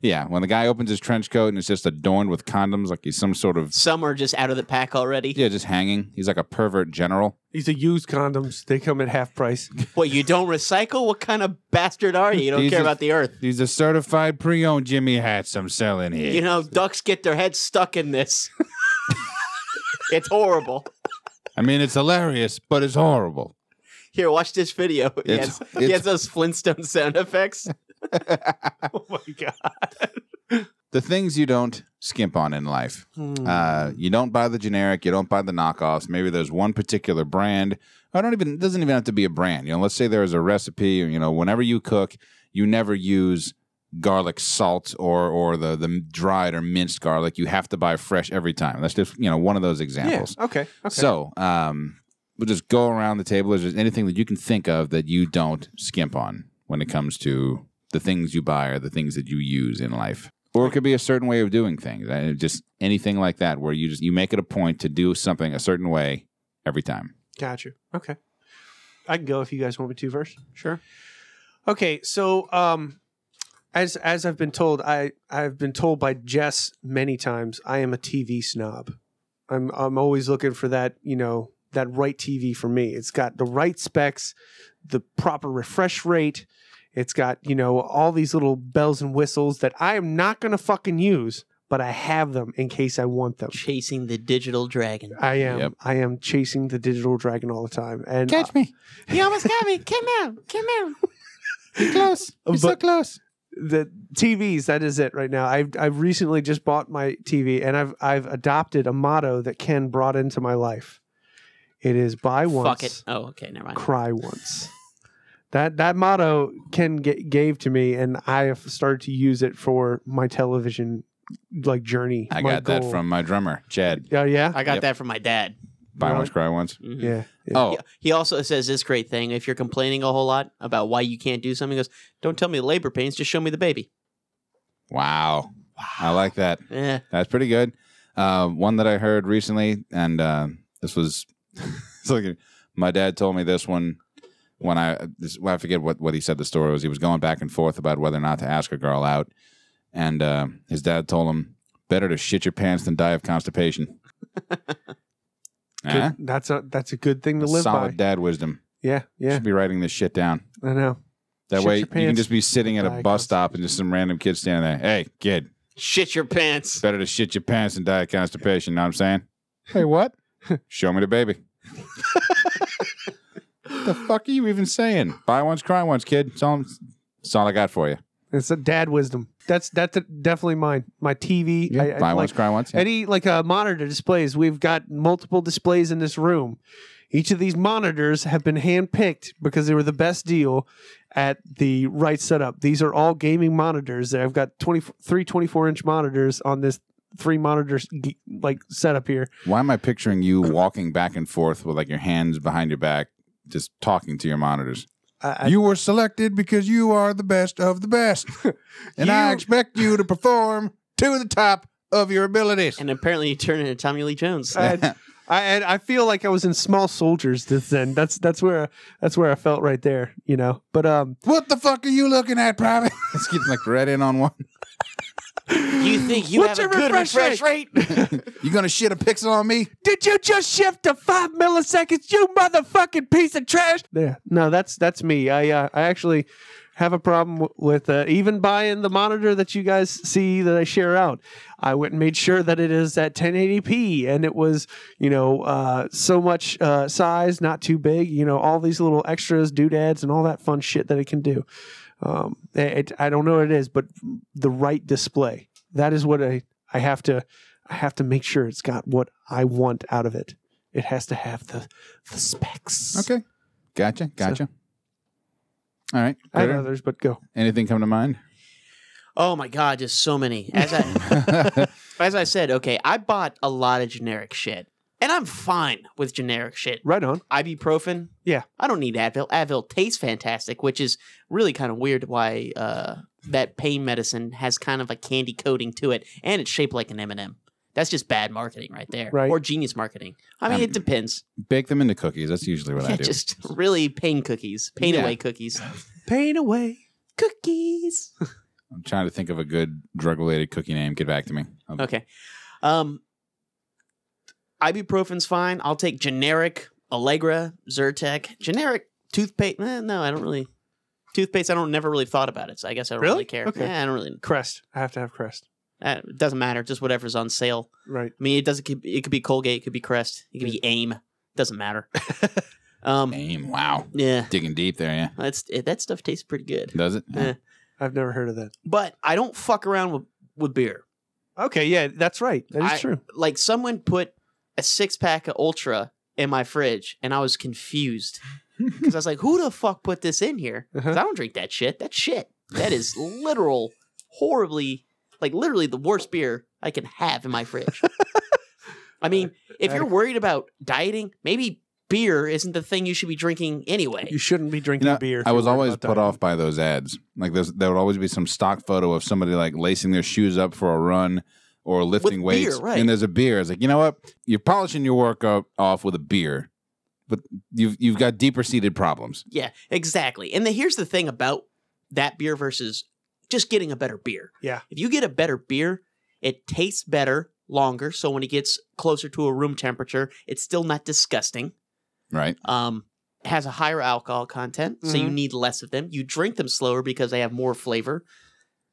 B: Yeah, when the guy opens his trench coat and it's just adorned with condoms, like he's some sort of
A: Some are just out of the pack already.
B: yeah, just hanging. He's like a pervert general.
D: These are used condoms. They come at half price.
A: What, you don't recycle? What kind of bastard are you? You don't
B: These
A: care
B: are-
A: about the earth.
B: These are certified pre-owned Jimmy hats I'm selling here.
A: You know, ducks get their heads stuck in this. it's horrible.
B: I mean, it's hilarious, but it's horrible.
A: Here, watch this video. He
B: It's-
A: has, he
B: it's-
A: has those Flintstone sound effects.
D: Oh my god.
B: The things you don't skimp on in life.
D: Hmm.
B: Uh, you don't buy the generic. You don't buy the knockoffs. Maybe there's one particular brand. I don't even. It doesn't even have to be a brand. You know, let's say there is a recipe. You know, whenever you cook, you never use garlic salt or or the the dried or minced garlic. You have to buy fresh every time. That's just you know one of those examples.
D: Yeah. Okay. Okay.
B: So um, we'll just go around the table. Is there anything that you can think of that you don't skimp on when it comes to the things you buy or the things that you use in life? Or it could be a certain way of doing things, uh, just anything like that, where you just you make it a point to do something a certain way every time.
D: Gotcha. Okay. I can go if you guys want me to first.
A: Sure.
D: Okay, so um as as I've been told, I I've been told by Jess many times, I am a TV snob. I'm I'm always looking for that, you know, that right TV for me. It's got the right specs, the proper refresh rate. It's got, you know, all these little bells and whistles that I am not going to fucking use, but I have them in case I want them.
A: Chasing the digital dragon.
D: I am
B: Yep.
D: I am chasing the digital dragon all the time. And uh,
B: me!
A: You almost got me. Come out. Come out.
B: Close!
D: You're so But-
B: close!
D: the TVs. That is it right now. I've I've recently just bought my TV, and I've I've adopted a motto that Ken brought into my life. It is buy once,
A: Fuck it. Oh, okay. Never mind.
D: cry once. that that motto Ken g- gave to me, and I have started to use it for my television like journey.
B: I
D: my
B: got that
D: goal.
B: from my drummer, Chad.
D: Oh yeah,
A: I got
B: Yep.
A: that from my dad.
B: Buy
D: Really?
B: once, cry once.
A: Mhm.
D: yeah.
B: Oh,
A: He- He also says this great thing. If you're complaining a whole lot about why you can't do something, he goes, Don't tell me the labor pains, just show me the baby.
B: wow. I like that.
A: Eh.
B: That's pretty good. Uh, one that I heard recently, and uh, this was it's like my dad told me this one when I this, well, I forget what, what he said the story was. He was going back and forth about whether or not to ask a girl out, and uh, his dad told him better to shit your pants than die of constipation. Uh-huh.
D: Good-
B: Eh?
D: That's a that's a good thing to live
B: Solid
D: by.
B: dad wisdom.
D: Yeah, yeah.
B: Should be writing this shit down.
D: I know.
B: That
D: Shit
B: way
D: your
B: you can
D: pants,
B: just be sitting at
D: die
B: a
D: of
B: bus stop and just some random kid standing there. Hey, kid,
A: Shit your pants.
B: better to shit your pants than die of constipation. Know what I'm saying? Hey, what? Show me the baby. the fuck are you even saying? Buy once, cry once, kid. That's all, I'm- that's all I got for you.
D: It's a dad wisdom. That's that's definitely mine. My TV. I, I
B: Buy
D: like
B: once, cry once. Yeah.
D: any like uh, monitor displays we've got multiple displays in this room each of these monitors have been handpicked because they were the best deal at the right setup these are all gaming monitors that i've got 20, three 24 inch monitors on this three monitors g- like setup here
B: Why am I picturing you walking back and forth with like your hands behind your back, just talking to your monitors?
D: I, I-
B: you were selected because you are the best of the best, and I
D: You-
B: expect you to perform to the top of your abilities.
A: And apparently you turn into Tommy Lee Jones.
D: I, I, and I feel like I was in Small Soldiers this then. That's that's where that's where I felt right there, you know. But um,
B: What the fuck are you looking at, Private? It's getting like right in on one.
A: you think you
D: What's
A: have a
D: your
A: good
D: refresh rate?
A: refresh rate?
B: You gonna shit a pixel on me?
D: Did you just shift to five milliseconds, you motherfucking piece of trash? Yeah, no, that's that's me. I uh, I actually have a problem w- with uh, even buying the monitor that you guys see that I share out. I went and made sure that it is at 1080p and it was you know uh, so much uh, size, not too big. You know all these little extras, doodads, and all that fun shit that it can do. Um, it, I don't know what it is, but the right display. That is what I I have to. I have to make sure it's got what I want out of it. It has to have the the specs.
B: Okay. Gotcha. Gotcha. All right.
D: I have
B: Critter,
D: others, but go.
B: Anything come to mind?
A: Oh my god, just so many. As I as I said, okay, I bought a lot of generic shit. And I'm fine with generic shit.
D: Right on.
A: Ibuprofen?
D: Yeah.
A: I don't need Advil. Advil tastes fantastic, which is really kind of weird why uh, that pain medicine has kind of a candy coating to it and it's shaped like an M&M. That's just bad marketing right there.
D: Right.
A: Or genius marketing. I mean,
B: Um,
A: it depends.
B: Bake them into cookies. That's usually what I
A: Yeah,
B: do.
A: just really pain cookies, pain
B: Yeah.
A: away cookies.
D: Pain away.
A: Cookies.
B: I'm trying to think of a good drug related cookie name. Get back to me. I'll-
A: Okay. Um ibuprofen's fine. I'll take generic Allegra, Zyrtec, generic toothpaste. eh, no, I don't really toothpaste. I don't never really thought about it. So I guess I don't really,
D: Really?
A: care.
D: Okay.
A: Eh, I don't really.
D: Crest. I have to have Crest.
A: eh, It doesn't matter. Just whatever's on sale.
D: Right.
A: I mean, it doesn't. It could be Colgate. It could be Crest. It could be Aim. Doesn't matter. um.
B: Name. Wow.
A: Yeah.
B: Digging deep there, yeah.
A: That's it, that stuff tastes pretty good.
B: Does it?
A: Eh.
D: I've never heard of that.
A: But I don't fuck around with with beer.
D: Okay. Yeah, that's right. That is
A: I-
D: true.
A: like someone put a six pack of Ultra in my fridge, and I was confused because I was like, "Who the fuck put this in here?" 'Cause I don't drink that shit. That's shit. That is literal, horribly, like literally the worst beer I can have in my fridge. I mean, if you're worried about dieting, maybe beer isn't the thing you should be drinking anyway.
D: You shouldn't be
B: You
D: drinking
B: know,
D: beer. if
B: I
D: you're
B: was
D: worried
B: always
D: about
B: put
D: dying.
B: off by those ads. Like there's, there would always be some stock photo of somebody like lacing their shoes up for a run or lifting
A: With beer,
B: weights,
A: right.
B: and there's a beer. It's like you know what? You're polishing your workout off with a beer, but you've you've got deeper seated problems.
A: Yeah, exactly. And the, here's the thing about that beer versus just getting a better beer.
D: Yeah.
A: If you get a better beer, it tastes better longer. So when it gets closer to a room temperature, it's still not disgusting.
B: Right?
A: Um, it has a higher alcohol content, so you
D: Mhm.
A: need less of them. You drink them slower because they have more flavor.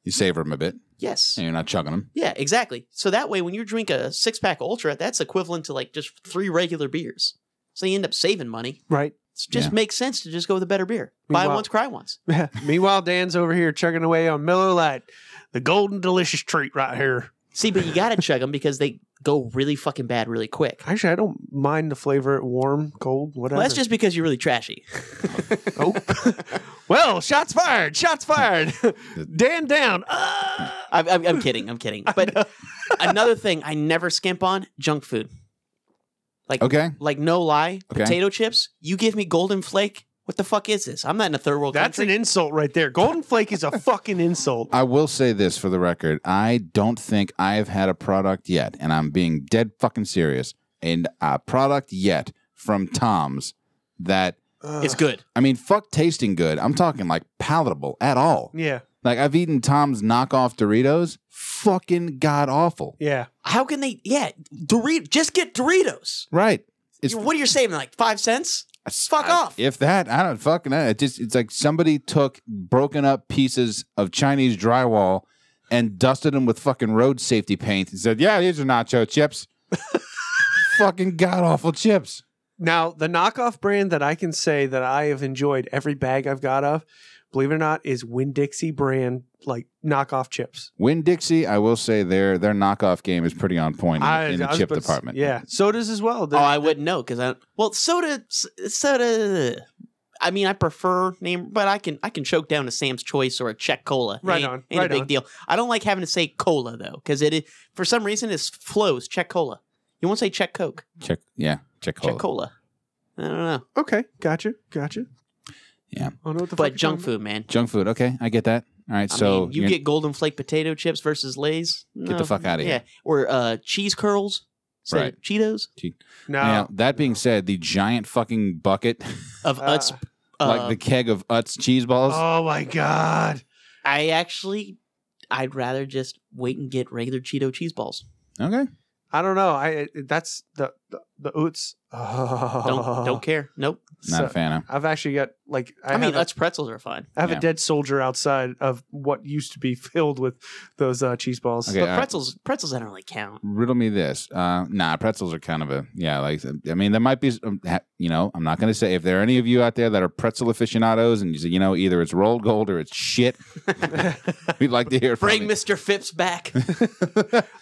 B: You savor them a bit,
A: Yes.
B: and you're not chugging them.
A: Yeah, exactly. So that way, when you drink a six pack ultra, that's equivalent to like just three regular beers. So you end up saving money.
D: Right.
A: It just
B: Yeah.
A: makes sense to just go with a better beer. Buy
D: Meanwhile-
A: once, cry once.
D: Meanwhile, Dan's over here chugging away on Miller Lite, the golden delicious treat right here.
A: See, but you gotta chug them because they go really fucking bad really quick.
D: Actually, I don't mind the flavor warm, cold, whatever.
A: Well, that's just because you're really trashy.
D: Oh. well, shots fired. Shots fired. Dan down. Ah!
A: I'm, I'm, I'm kidding. I'm kidding. But another thing I never skimp on: junk food. Like,
B: Okay.
A: like no lie,
B: Okay.
A: potato chips. You give me golden flake. What the fuck is this? I'm not in a third world
D: That's an
A: country.
D: insult right there. Golden Flake is a fucking insult.
B: I will say this for the record. I don't think I've had a product yet, and I'm being dead fucking serious, and a product yet from Tom's that
A: it's good.
B: I mean, fuck tasting good. I'm talking like palatable at all.
D: Yeah.
B: Like I've eaten Tom's knockoff Doritos, fucking god awful.
D: Yeah.
A: How can they? Yeah, Dorito. Just get Doritos.
B: Right. It's-
A: You- what are you saving? Like five cents? Fuck
B: I-
A: off.
B: If that, I don't fucking know. It just it's like somebody took broken up pieces of Chinese drywall and dusted them with fucking road safety paint and said, "Yeah, these are nacho chips." fucking god awful chips.
D: Now, the knockoff brand that I can say that I have enjoyed every bag I've got of, believe it or not, is Winn Dixie brand like knockoff chips.
B: Win Dixie, I will say their their knockoff game is pretty on point in,
D: I-
B: in
D: I
B: the
D: was
B: chip
D: about to s-
B: department.
D: Yeah. Sodas as well.
A: Oh, I wouldn't know because I well soda s- soda. I mean, I prefer name, but I can I can choke down a Sam's Choice or a Czech Cola. It
D: Right
A: ain't,
D: on,
A: ain't
D: right
A: a big
D: on.
A: deal. I don't like having to say cola though because it is, for some reason it flows Czech Cola. You won't say Czech Coke,
B: Check yeah, check
A: Czech Cola. I don't know,
D: Okay, gotcha, gotcha.
B: Yeah.
D: I don't know what the fuck
A: but
D: you're
A: junk
D: talking
A: food, man.
B: Junk food. Okay, I get that. All right,
A: I
B: so
A: mean, you
B: you're-
A: get Golden Flake potato chips versus Lay's.
B: the fuck outta here.
A: Yeah, or uh, cheese curls. Say
B: Right.
A: Cheetos
D: about.
B: Now, that being said, the giant fucking bucket,
A: of
D: Uh,
A: Utz. Uh,
B: like the keg of Utz cheese balls.
D: No. Oh my god.
A: I actually, I'd rather just wait and get regular Cheeto cheese balls.
B: Okay.
D: I don't know. I it- that's the the, the oots.
A: Don't don't care. Nope.
B: Not a
D: So,
B: fan of.
D: I've actually got like I,
A: I, mean,
D: have, a,
A: Utz pretzels are fine.
D: I have
B: yeah.
D: a dead soldier outside of what used to be filled with those uh, cheese balls.
B: Okay.
A: but
B: I-
A: pretzels, pretzels, I don't really count.
B: riddle me this. Uh, nah, pretzels are kind of a, yeah, like, I mean, there might be, some- ha- you know, I'm not going to say, if there are any of you out there that are pretzel aficionados and you say, you know, either it's rolled gold or it's shit, we'd like to hear from
A: Bring
B: you.
A: Mister Phipps back.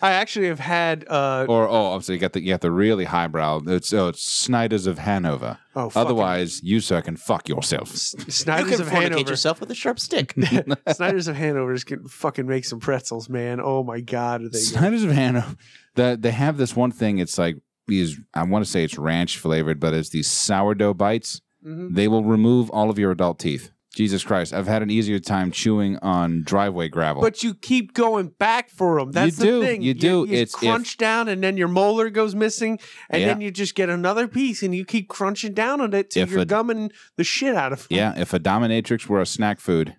D: I actually have had uh,
B: Or, oh, I'm sorry, you got the, you got the really highbrow. It's, oh, it's Snyder's of Hanover.
D: Oh, fucking-
B: Otherwise, you sir can fuck yourself.
A: You
D: Snyder's
A: can
D: of
A: fornicate
D: Hanover.
A: yourself with a sharp stick.
D: Snyder's of Hanover's can fucking make some pretzels, man. Oh my god, are they good.
B: Snyder's of Hanover. The, they have this one thing. It's like these. I want to say it's ranch flavored, but it's these sourdough bites.
D: Mhm.
B: They will remove all of your adult teeth. Jesus Christ! I've had an easier time chewing on driveway gravel.
D: But you keep going back for them. That's
B: do,
D: the thing.
B: you do.
D: You
B: It's if-
D: crunch down, and then your molar goes missing, and
B: Yeah.
D: then you just get another piece, and you keep crunching down on it till
B: If
D: you're
B: a-
D: gumming the shit out of. 'em.
B: yeah, if a dominatrix were a snack food,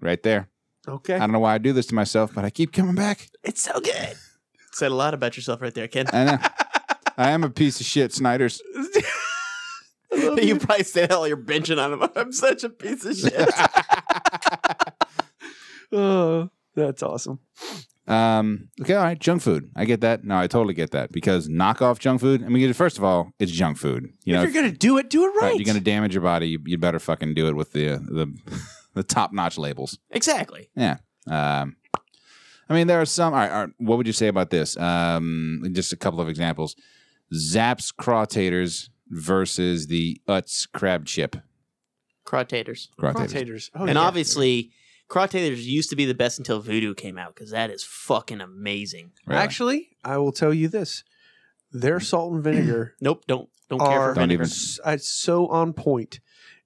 B: right there.
D: Okay.
B: I don't know why I do this to myself, but I keep coming back.
A: it's so good. Said a lot about yourself right there, Ken.
B: I know. uh, I am a piece of shit, Snyder's.
A: you probably say that while you're benching on him. I'm such a piece of shit.
D: Oh, that's awesome.
B: Um, okay, all right, junk food. I get that. No, I totally get that because knockoff junk food. I mean, first of all, it's junk food. You know,
D: if you're gonna do it, do it right.
B: right, you're gonna damage your body. You, you better fucking do it with the the the top notch labels.
A: exactly.
B: Yeah. Um, I mean, there are some. All right, all right, what would you say about this? Um, just a couple of examples: Zapp's craw taters versus the Utz crab chip
A: Craw taters.
B: craw
D: Craw
B: taters.
D: taters. Oh,
A: and
D: yeah.
A: obviously, Craw taters used to be the best until Voodoo came out because that is fucking amazing.
B: Really.
D: actually, I will tell you this: their salt and vinegar
A: Nope, don't don't care
D: are
A: for
B: Don't
A: vinegar.
B: even-
D: s- uh, so on point.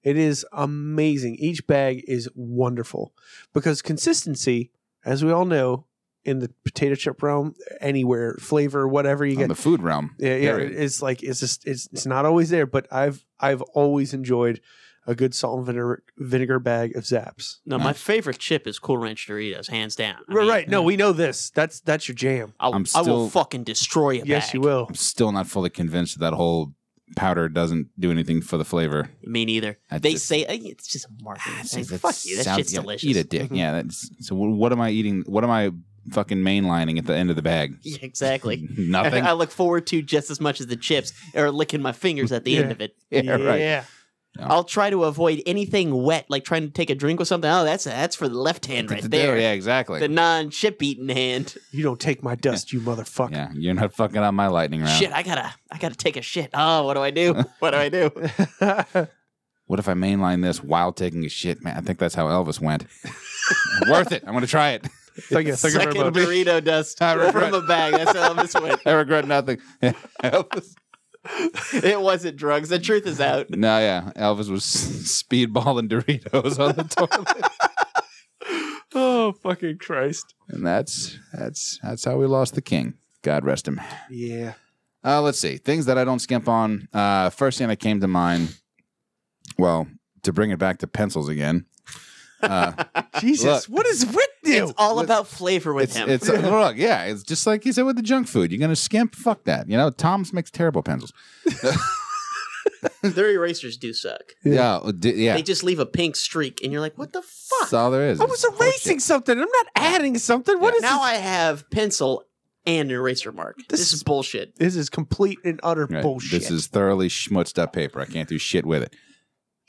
D: It is amazing. Each bag is wonderful because consistency, as we all know, in the potato chip realm, anywhere flavor, whatever you
B: on
D: get,
B: the food realm.
D: yeah, yeah,
B: period.
D: it's like it's just it's it's not always there. But I've I've always enjoyed a good salt and vinegar vinegar bag of Zaps.
A: No, my favorite chip is Cool Ranch Doritos, hands down. I
D: right,
A: mean,
D: right. No, we know this. That's that's your jam.
A: I'll,
B: I'm
A: I will
B: still-
A: fucking destroy a
D: Yes,
A: bag.
D: you will.
B: I'm still not fully convinced that that whole powder doesn't do anything for the flavor.
A: Me neither.
B: I
A: they
B: just- Ah,
A: say "Hey, it's just a marketing
B: It's
A: thing.
B: like,
A: Fuck you. That
B: sounds-
A: shit's
B: yeah,
A: delicious. Mm-hmm.
B: Eat a dick. Yeah. That's, so wh- what am I eating? What am I fucking mainlining at the end of the bag?
A: Yeah, exactly.
B: Nothing.
A: I look forward to just as much as the chips or licking my fingers at the
D: Yeah.
A: end of it.
B: yeah, right.
D: Yeah.
A: I'll try to avoid anything wet, like trying to take a drink with something. Oh, that's that's for the left hand right there.
B: Yeah, exactly.
A: The non chip eating hand.
D: You don't take my dust, you motherfucker.
B: yeah, you're not fucking on my lightning round.
A: Shit, I gotta I gotta take a shit. Oh, what do I do? what do I do?
B: What if I mainline this while taking a shit? Man, I think that's how Elvis went. Worth it. I'm gonna try it.
D: Thank you. Thank you
A: Second
D: very much.
A: burrito dust
B: I
A: from
B: regret-
A: a bag. That's how this went.
B: I regret nothing. Elvis.
A: It wasn't drugs. The truth is out.
B: No, yeah. Elvis was speedballing Doritos on the toilet.
D: Oh fucking Christ.
B: and that's that's that's how we lost the king. God rest him.
D: Yeah.
B: Uh, let's see. Things that I don't skimp on. Uh, first thing that came to mind, well, to bring it back to pencils again. Uh,
D: Jesus,
B: Look.
D: what is with you?
A: It's all about flavor with
B: it's,
A: him.
B: it's uh, look, yeah, it's just like you said with the junk food. You're gonna skimp, fuck that. You know, Tom's makes terrible pencils.
A: Their erasers do suck.
B: Yeah, oh, d- yeah.
A: They just leave a pink streak, and you're like, what the fuck?
B: That's all there is.
D: I was erasing something. I'm not adding something. What is
A: now I have pencil and eraser mark. This,
D: This
A: is bullshit.
D: this? This is complete and utter
B: Right.
D: bullshit.
B: This is thoroughly schmutzed up paper. I can't do shit with it.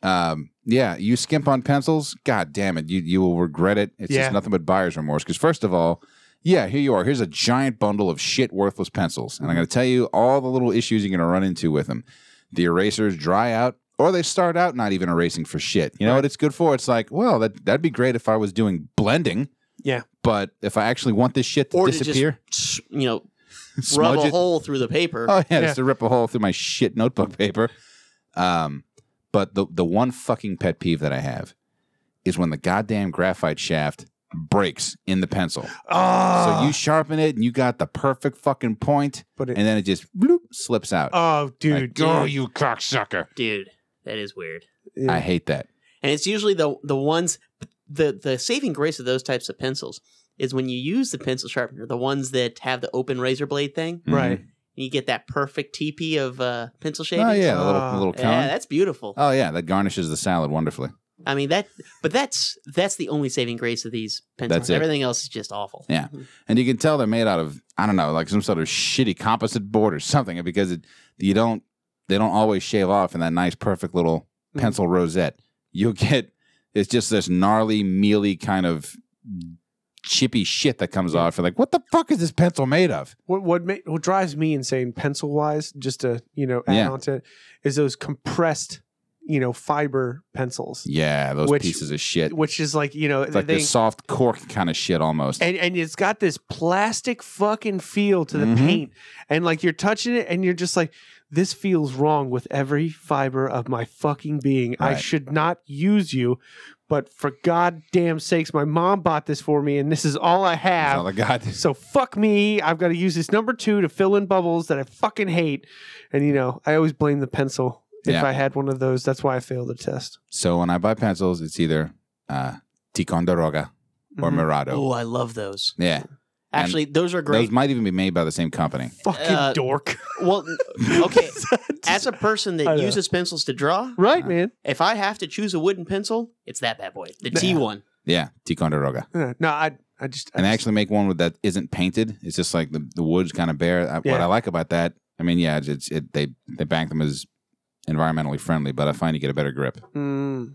B: Um, yeah, you skimp on pencils. God damn it, you you will regret it. It's
D: Yeah.
B: just nothing but buyer's remorse. Because first of all, yeah, here you are. Here's a giant bundle of shit worthless pencils, and I'm going to tell you all the little issues you're going to run into with them. The erasers dry out, or they start out not even erasing for shit. You know what it's good for? It's like, well, that that'd be great if I was doing blending.
D: Yeah.
B: but if I actually want this shit to
A: Or to
B: disappear,
A: just, you know, rub
B: smudge
A: a
B: it.
A: hole through the paper.
B: Oh yeah,
D: Yeah.
B: just to rip a hole through my shit notebook paper. Um, but the the one fucking pet peeve that I have is when the goddamn graphite shaft breaks in the pencil.
D: oh,
A: Ah.
B: so you sharpen it and you got the perfect fucking point,
D: but it,
B: and then it just bloop, slips out.
D: oh, dude,
B: Like,
C: Oh, you cocksucker.
A: Dude, that is weird.
D: Yeah.
B: I hate that.
A: And it's usually the the ones the the saving grace of those types of pencils is when you use the pencil sharpener, the ones that have the open razor blade thing, and
D: right.
A: you get that perfect teepee of uh, pencil
B: Mhm.
A: shaving.
B: Mm. Mm-hmm. Oh yeah, a little
D: Ah.
B: a little cone.
A: yeah, that's beautiful.
B: oh yeah, that garnishes the salad wonderfully.
A: I mean that, but that's that's the only saving grace of these pencils.
B: That's it.
A: Everything else is just awful.
B: Yeah. And you can tell they're made out of I don't know, like some sort of shitty composite board or something because it you don't they don't always shave off in that nice perfect little
D: Mhm.
B: pencil rosette. You'll get it's just this gnarly, mealy kind of chippy shit that comes off. You're like, what the fuck is this pencil made of?
D: What what, ma- what drives me insane, pencil wise, just to you know add
B: Yeah.
D: on to it, is those compressed, you know, fiber pencils,
B: Yeah, those
D: Which-
B: pieces of shit.
D: which is like you know
B: It's like
D: they
B: this soft cork kind of shit almost.
D: and and it's got this plastic fucking feel to the
B: Mhm.
D: paint, and like you're touching it, and you're just like, this feels wrong with every fiber of my fucking being. I
B: Right.
D: should not use you, but for goddamn sakes, my mom bought this for me, and this is all I
B: It's
D: have.
B: all I got.
D: So fuck me. I've got to use this number two to fill in bubbles that I fucking hate. And you know, I always blame the pencil. If
B: Yeah.
D: I had one of those, that's why I failed the test.
B: So when I buy pencils, it's either uh, Ticonderoga or
D: Mhm.
B: Murado.
A: Oh, I love those.
B: Yeah, And
A: Actually, those are great.
B: those might even be made by the same company.
D: Fucking
A: Uh,
D: dork.
A: well, n- okay. As a person
D: I
A: that
D: know.
A: uses pencils to draw,
D: right,
B: Uh.
D: man.
A: if I have to choose a wooden pencil, it's that bad boy, the T one.
B: Yeah, Ticonderoga.
D: Uh, No, I, I just. I
B: And they
D: just-
B: actually make one with that isn't painted. It's just like the, the wood's kind of bare. I, What
D: Yeah.
B: I like about that, I mean, yeah, it's, it's it, they they bank them as environmentally friendly, but I find you get a better grip.
D: Mm,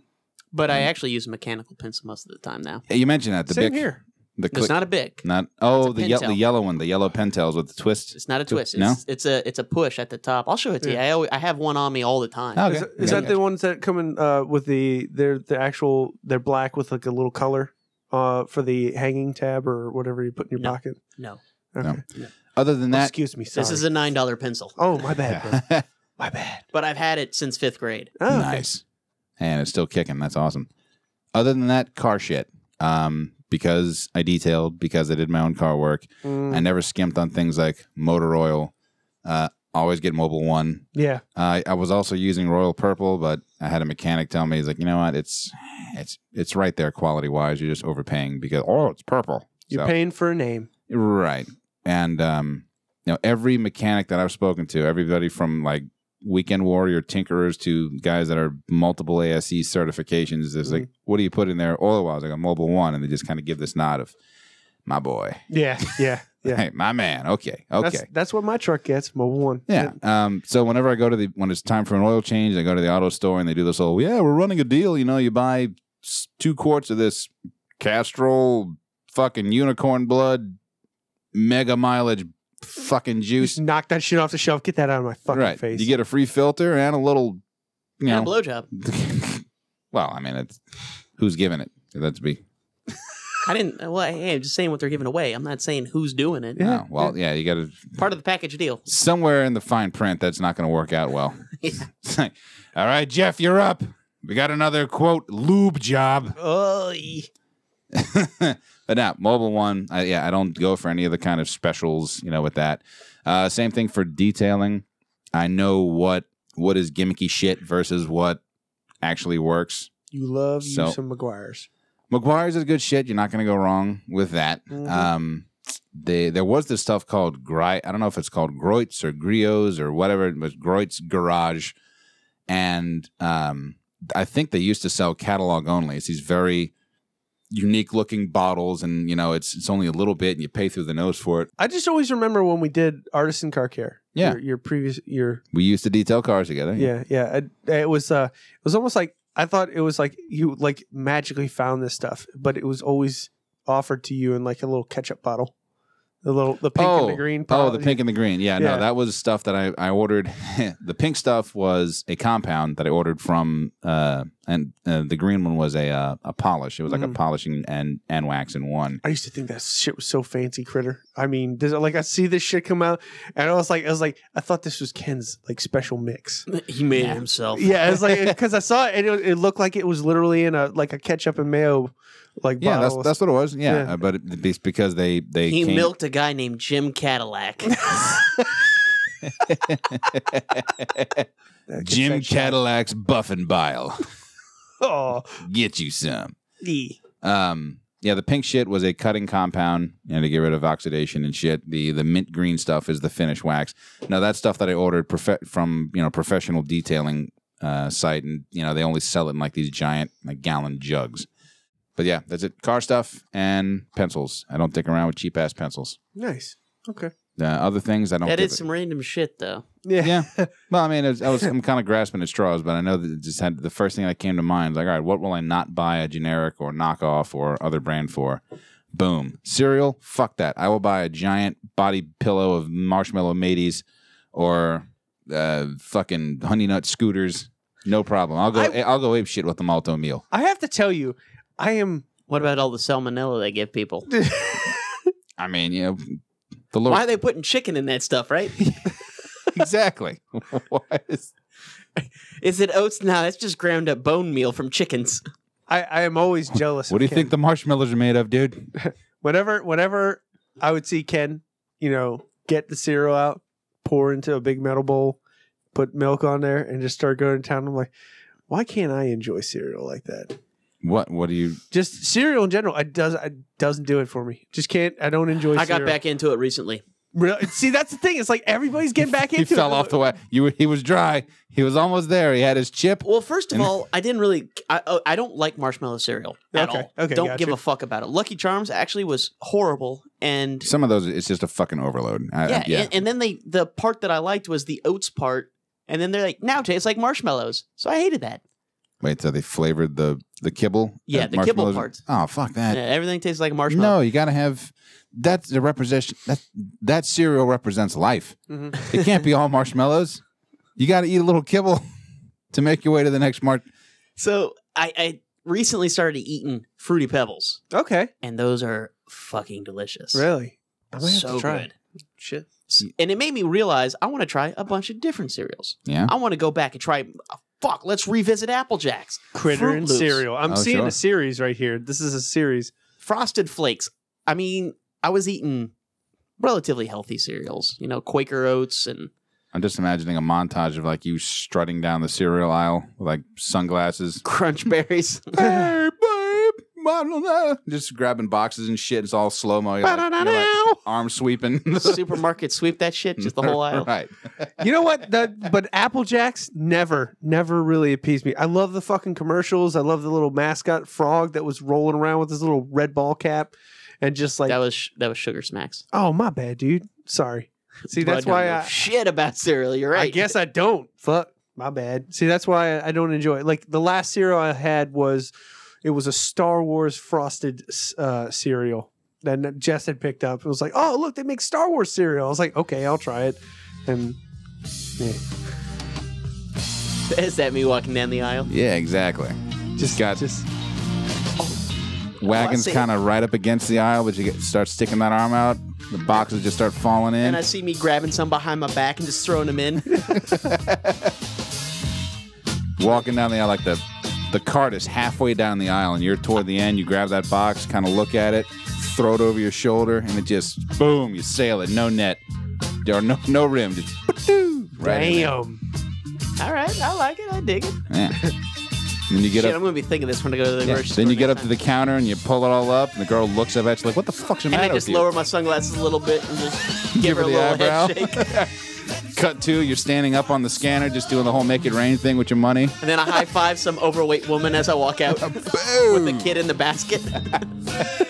A: But I actually use a mechanical pencil most of the time now.
B: You mentioned that the
D: same
B: Bic-
D: here.
B: the
A: It's
B: click,
A: not a big.
B: not oh
A: It's a
B: the, ye-
A: Pentel.
B: the yellow one, the yellow pentels with the twist.
A: It's not a
B: Tw-
A: twist.
B: no?
A: It's, it's a it's a push at the top. I'll show it to
D: Yeah.
A: you. I, always, I have one on me all the time.
B: Oh, okay.
D: Is, is
B: Yeah.
D: that the ones that come in uh, with the they're the actual they're black with like a little color uh, for the hanging tab or whatever you put in your
A: No.
D: pocket?
A: No.
D: Okay.
B: No. Other than that,
D: Excuse me. Sorry.
A: This is a nine dollar pencil,
D: oh my bad. bro. my bad.
A: but I've had it since fifth grade.
D: Oh, okay.
B: Nice. And it's still kicking. That's awesome. Other than that, car shit. Um, because I detailed, because I did my own car work,
D: Mm,
B: I never skimped on things like motor oil. Uh, always get Mobile One.
D: yeah.
B: I I was also using Royal Purple, but I had a mechanic tell me he's like, you know what, it's it's it's right there quality wise. You're just overpaying because oh, it's purple.
D: You're
B: So-
D: paying for a name.
B: Right. And um, you know, every mechanic that I've spoken to, everybody from like weekend warrior tinkerers to guys that are multiple ASE certifications, is
D: Mm-hmm.
B: like, what do you put in there? Oil wells, like a mobile one, and they just kind of give this nod of my boy.
D: Yeah, yeah, yeah.
B: Hey, my man. Okay. Okay.
D: That's, that's what my truck gets. Mobile one.
B: yeah. Um, so whenever I go to the when it's time for an oil change, I go to the auto store and they do this whole yeah, we're running a deal. You know, you buy s- two quarts of this Castrol fucking unicorn blood mega mileage fucking
D: Just
B: juice.
D: knock that shit off the shelf. Get that out of my fucking
B: right.
D: face.
B: You get a free filter and a little, you
A: Yeah,
B: know.
A: blowjob.
B: well, I mean, it's who's giving it? That's me.
A: I didn't. uh, Well, hey, I'm just saying what they're giving away. I'm not saying who's doing it.
D: Yeah,
B: No. Oh, Well, yeah, you got to
A: Part of the package deal.
B: somewhere in the fine print that's not going to work out well. It's like, All right, Jeff, you're up. We got another quote lube job.
A: Oh,
B: but now mobile one, I, yeah, I don't go for any of the kind of specials, you know, with that. Uh, same thing for detailing. I know what what is gimmicky shit versus what actually works.
D: you love
B: So-
D: you some McGuire's.
B: McGuire's is good shit. You're not going to go wrong with that.
D: Mhm.
B: Um, they, there was this stuff called Gri. I don't know if it's called Groits or Griots or whatever. It was Groits Garage. And um, I think they used to sell catalog only. It's these very unique looking bottles. And, you know, it's, it's only a little bit and you pay through the nose for it.
D: I just always remember when we did artisan car care.
B: Yeah.
D: your, your previous your
B: We used to detail cars together.
D: yeah yeah. I- it was uh it was almost like I thought it was like you like magically found this stuff, but it was always offered to you in like a little ketchup bottle, the little the pink and the green.
B: Oh,
D: bottle.
B: the pink and the green. Yeah,
D: Yeah.
B: no, that was stuff that I, I ordered. the pink stuff was a compound that I ordered from, uh, and uh, the green one was a uh, a polish. It was like a
D: Mm.
B: polishing and and wax in one.
D: I used to think that shit was so fancy, critter. I mean, this, like I see this shit come out, and I was like, I was like, I thought this was Ken's like special mix.
A: he made it himself.
D: Yeah, it's like because I saw it, and it, it looked like it was literally in a like a ketchup and mayo, like
B: Yeah, that's
D: bottle.
B: that's what it was. Yeah,
D: Yeah.
B: uh, but it, it's because they they
A: He
B: came-
A: milked a guy named Jim Cadillac.
D: That gets
B: Jim
D: that shot.
B: Cadillac's Buffin Bile.
D: Oh,
B: Get you some.
A: the
B: Um, yeah, the pink shit was a cutting compound, you know, to get rid of oxidation and shit. The the mint green stuff is the finish wax. Now that stuff that I ordered profe- from you know professional detailing uh, site, and you know they only sell it in like these giant like gallon jugs. But yeah, that's it. Car stuff and pencils. I don't dick around with cheap ass pencils.
D: nice. Okay.
B: Uh, other things I don't.
A: that
B: give
A: is
B: a-
A: some random shit though.
D: Yeah.
B: yeah. Well, I mean, it was, I was I'm kind of grasping at straws, but I know that it just had the first thing that came to mind. Like, all right, what will I not buy a generic or knockoff or other brand for? Boom. Cereal, fuck that. I will buy a giant body pillow of marshmallow mateys or uh, fucking honey nut scooters. No problem. I'll go. I,
D: I-
B: will go ape shit with the malto meal.
D: I have to tell you, I am.
A: What about all the salmonella they give people?
B: I mean, you know, the Lord.
A: Why are they putting chicken in that stuff, right?
B: exactly. Why is-
A: Is it oats? No, that's just ground up bone meal from chickens.
D: I, I am always jealous.
B: what
D: of
B: do you
D: Ken.
B: think the marshmallows are made of, dude?
D: whenever whenever I would see Ken, you know, get the cereal out, pour into a big metal bowl, put milk on there, and just start going to town. I'm like, why can't I enjoy cereal like that?
B: What? What do you?
D: Just cereal in general, it does it doesn't do it for me. Just can't. I don't enjoy.
A: I got
D: Oh, cereal.
A: back into it recently.
D: Really? See, that's the thing. It's like everybody's getting back into.
B: He fell
D: it.
B: off the way. You. He was dry. He was almost there. He had his chip.
A: Well, first of
B: And-
A: all, I didn't really. I, oh, I don't like marshmallow cereal at
D: Okay,
A: all.
D: okay,
A: don't
D: gotcha.
A: give a fuck about it. Lucky Charms actually was horrible, and
B: Some of those, it's just a fucking overload. I,
A: yeah,
B: yeah. yeah.
A: And, and then they the part that I liked was the oats part, and then they're like now tastes like marshmallows, so I hated that.
B: Wait, so they flavored the the kibble?
A: Yeah,
B: Uh,
A: the kibble
B: marshmallows? Oh fuck that.
A: Yeah, everything tastes like a marshmallow.
B: No, you got to have that's the representation. That that cereal represents life.
D: Mhm.
B: It can't be all marshmallows. You got to eat a little kibble to make your way to the next mark.
A: So I, I recently started eating fruity pebbles,
D: Okay.
A: and those are fucking delicious.
D: Really? I might have
A: so
D: to try.
A: good.
D: it. Shit.
A: S- And it made me realize I want to try a bunch of different cereals.
B: Yeah.
A: I want to go back and try. oh, Fuck, let's revisit Apple Jacks,
D: Critter
A: Fruit
D: and
A: Loops,
D: cereal. I'm
B: Oh,
D: seeing
B: sure.
D: a series right here. This is a series.
A: Frosted Flakes. I mean, I was eating relatively healthy cereals, you know, Quaker Oats and
B: I'm just imagining a montage of like you strutting down the cereal aisle with like sunglasses.
A: Crunch Berries.
B: hey, babe, I don't know. just grabbing boxes and shit. It's all slow mo. You're like, you're like arm sweeping.
A: Supermarket sweep that shit, just the whole aisle.
B: Right.
D: You know what? The, but Apple Jacks never, never really appeased me. I love the fucking commercials. I love the little mascot frog that was rolling around with his little red ball cap, and just like,
A: That was sh- that was Sugar Smacks.
D: oh my bad, dude. Sorry. See,
A: But
D: that's
A: I don't
D: why
A: know
D: I,
A: shit about cereal. You're right.
D: I guess I don't. Fuck, my bad. See, that's why I don't enjoy it. Like the last cereal I had was, it was a Star Wars frosted uh, cereal that Jess had picked up. It was like, oh look, they make Star Wars cereal. I was like, okay, I'll try it, and yeah.
A: Is that me walking down the aisle?
B: Yeah, exactly.
D: just
B: Got-
D: just
B: Wagon's
A: see.
B: kind of right up against the aisle, but you get, start sticking that arm out. The boxes just start falling in.
A: And I see me grabbing some behind my back and just throwing them in.
B: walking down the aisle like the the cart is halfway down the aisle and you're toward the end you grab that box kind of look at it throw it over your shoulder and it just boom you sail it no net there are no no rim just ba-doo, right in there.
D: Damn.
A: All right, I like it. I dig it.
B: Yeah. then you get
A: Shit, I'm
B: up
A: gonna be thinking this when I go to the
B: yeah,
A: grocery store.
B: then you get up
A: next
B: to
A: time.
B: the counter and you pull it all up and the girl looks up at you like what the fuck's the matter
A: and I just
B: with you?
A: lower my sunglasses a little bit and just give, her a
B: her the
A: little
B: eyebrow.
A: head shake.
B: cut two you're standing up on the scanner just doing the whole make it rain thing with your money
A: And then I high five some overweight woman as I walk out with
B: boom
A: the kid in the basket.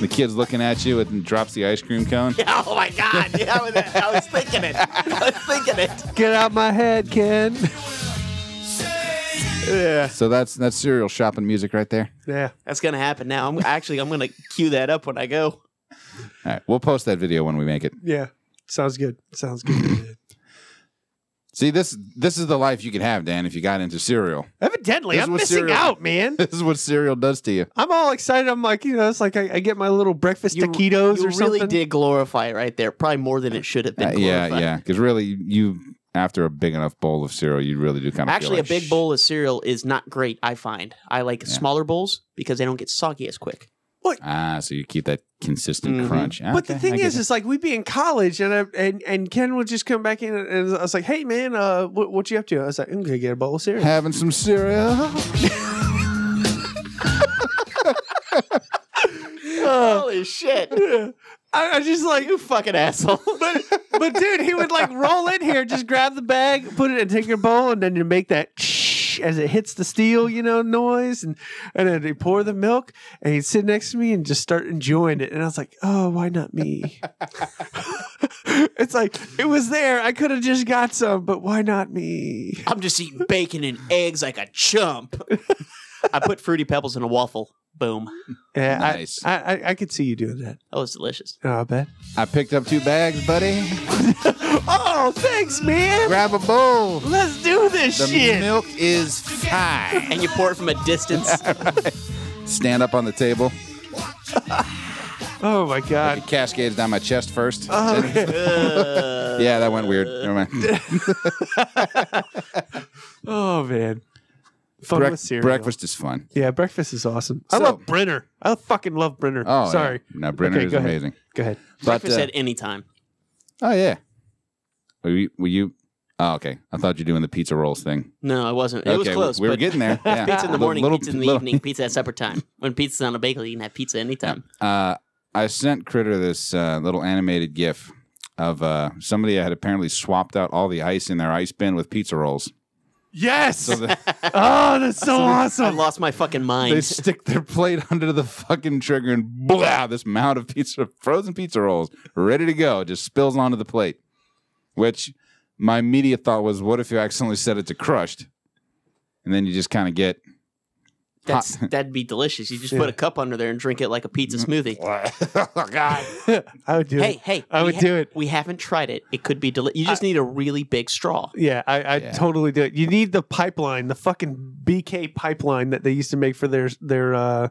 B: the kid's looking at you and drops the ice cream cone
A: oh my god! Yeah, I was, I was thinking it. I was thinking it.
D: Get out my head, Ken.
B: so that's that's cereal shopping music right there
D: yeah.
A: That's gonna happen now. I'm actually I'm gonna cue that up when I go.
B: all right we'll post that video when we make it
D: Yeah. Sounds good. Sounds good.
B: See, this this is the life you could have, Dan, if you got into cereal.
D: Evidently,
B: This
D: I'm
B: was
D: missing
B: cereal.
D: out, man.
B: This is what cereal does to you.
D: I'm all excited. I'm like, you know, it's like I, I get my little breakfast taquitos
A: you
D: or
A: really
D: something.
A: did glorify it right there. Probably more than it should have been.
B: Uh, yeah,
A: glorified.
B: yeah. Because really, you after a big enough bowl of cereal, you really do kind of
A: Actually, a big bowl of cereal is not great. I find I like smaller bowls because they don't get soggy as quick.
B: Ah, so you keep that consistent
A: Mhm.
B: crunch.
D: But
B: Okay,
D: the
B: I
D: thing
B: get
D: is,
B: it.
D: it's like we'd be in college, and I, and and Ken would just come back in, and I was like, "Hey, man, uh, what, what you up to?" I was like, "I'm gonna get a bowl of cereal."
B: having some cereal.
A: Holy shit!
D: I, I just like,
A: You fucking asshole.
D: but but dude, he would like roll in here, just grab the bag, put it in take your bowl, and then you make that as it hits the steel, you know, noise, and and then he pour the milk, and he'd sit next to me and just start enjoying it, and I was like, oh, why not me? it's like it was there. I could have just got some, but why not me?
A: I'm just eating bacon and eggs like a chump. I put fruity pebbles in a waffle. Boom.
D: Yeah, I-
B: Nice.
D: I, I, I could see you doing that.
A: That was delicious.
D: Oh, I bet.
B: I picked up two bags, buddy.
D: Oh, thanks, man.
B: Grab a bowl.
A: Let's do this
B: The
A: shit.
B: milk is fine.
A: and you pour it from a distance.
B: Stand up on the table.
D: Oh my God.
B: It cascades down my chest first. yeah, that went weird. Never mind.
D: Oh man. Fun
B: Brec-
D: with cereal.
B: breakfast is fun.
D: Yeah, breakfast is awesome. I
B: So-
D: love Brenner. I fucking love Brenner.
B: Oh, yeah.
D: sorry.
B: No, Brenner
D: Okay,
B: is
D: go ahead.
B: amazing.
D: Go ahead.
B: But
A: Breakfast
B: uh,
A: at any time.
B: oh yeah, were you? Were you oh, okay. I thought you were doing the pizza rolls thing.
A: No, I wasn't. It was
B: Okay,
A: close.
B: We were
A: but
B: getting there. Yeah.
A: Pizza in the
B: Little-
A: morning,
B: little-
A: pizza in the
B: little-
A: evening, pizza at supper time. When pizza's on a bagel, you can have pizza anytime.
B: Uh, I sent Critter this uh, little animated GIF of uh, somebody had apparently swapped out all the ice in their ice bin with pizza rolls.
D: Yes.
B: So the,
D: oh, that's so
A: I
D: awesome.
A: lost my fucking mind.
B: they stick their plate under the fucking trigger and blah, this mound of pizza, frozen pizza rolls, ready to go, just spills onto the plate. Which my immediate thought was, what if you accidentally set it to crushed? And then you just kind of get
A: That's, that'd be delicious. You just put a cup under there and drink it like a pizza
B: Mm-hmm.
A: smoothie.
D: I would do
A: Hey,
D: it.
A: hey,
D: I
A: we
D: would do it.
A: We haven't tried it. It could be delicious. You just need a really big straw.
D: Yeah, I, I
B: Yeah.
D: totally do it. You need the pipeline, the fucking BK pipeline that they used to make for their their uh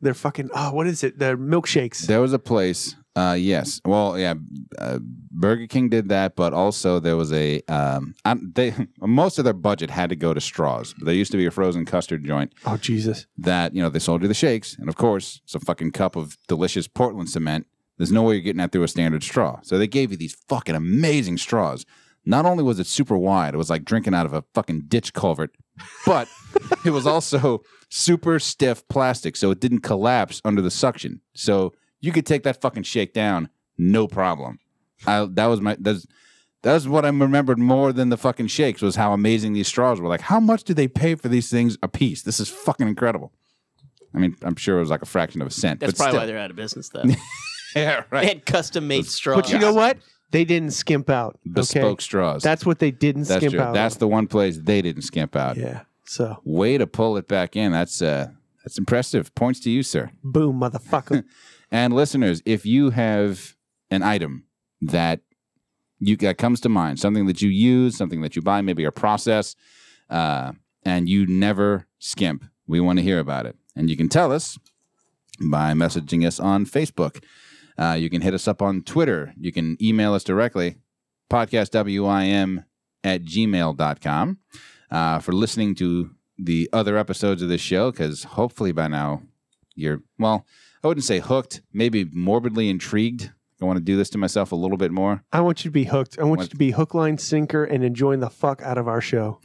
D: their fucking oh what is it? Their milkshakes.
B: There was a place. Uh, yes. Well, yeah. Uh, Burger King did that, but also there was a. Um, I, they most of their budget had to go to straws. There used to be a frozen custard joint
D: oh Jesus.
B: that you know they sold you the shakes, and of course it's a fucking cup of delicious Portland cement. There's no way you're getting that through a standard straw. So they gave you these fucking amazing straws. Not only was it super wide, it was like drinking out of a fucking ditch culvert, but it was also super stiff plastic, so it didn't collapse under the suction. So you could take that fucking shake down, no problem. I, that was my that's that was what I remembered more than the fucking shakes was how amazing these straws were. Like, how much do they pay for these things a piece? This is fucking incredible. I mean, I'm sure it was like a fraction of a cent.
A: That's
B: but
A: probably why
B: still.
A: they're out of business, though.
B: yeah,
A: They
B: right.
A: had custom made straws.
D: But you know what? They didn't skimp out.
B: Bespoke
D: okay.
B: straws.
D: That's what they didn't
B: That's
D: skimp
B: true.
D: out.
B: That's the one place they didn't skimp out.
D: yeah. So
B: Way to pull it back in. That's uh, that's impressive. Points to you, sir.
D: boom, motherfucker.
B: And listeners, if you have an item that you that comes to mind, something that you use, something that you buy, maybe a process, uh, and you never skimp, we want to hear about it. And you can tell us by messaging us on Facebook. Uh, you can hit us up on Twitter. You can email us directly, podcastwim at gmail.com, uh, for listening to the other episodes of this show, because hopefully by now you're, well, I wouldn't say hooked, maybe morbidly intrigued. I want to do this to myself a little bit more.
D: I want you to be hooked. I want you
B: What?
D: to be hook, line, sinker, and enjoying the fuck out of our show.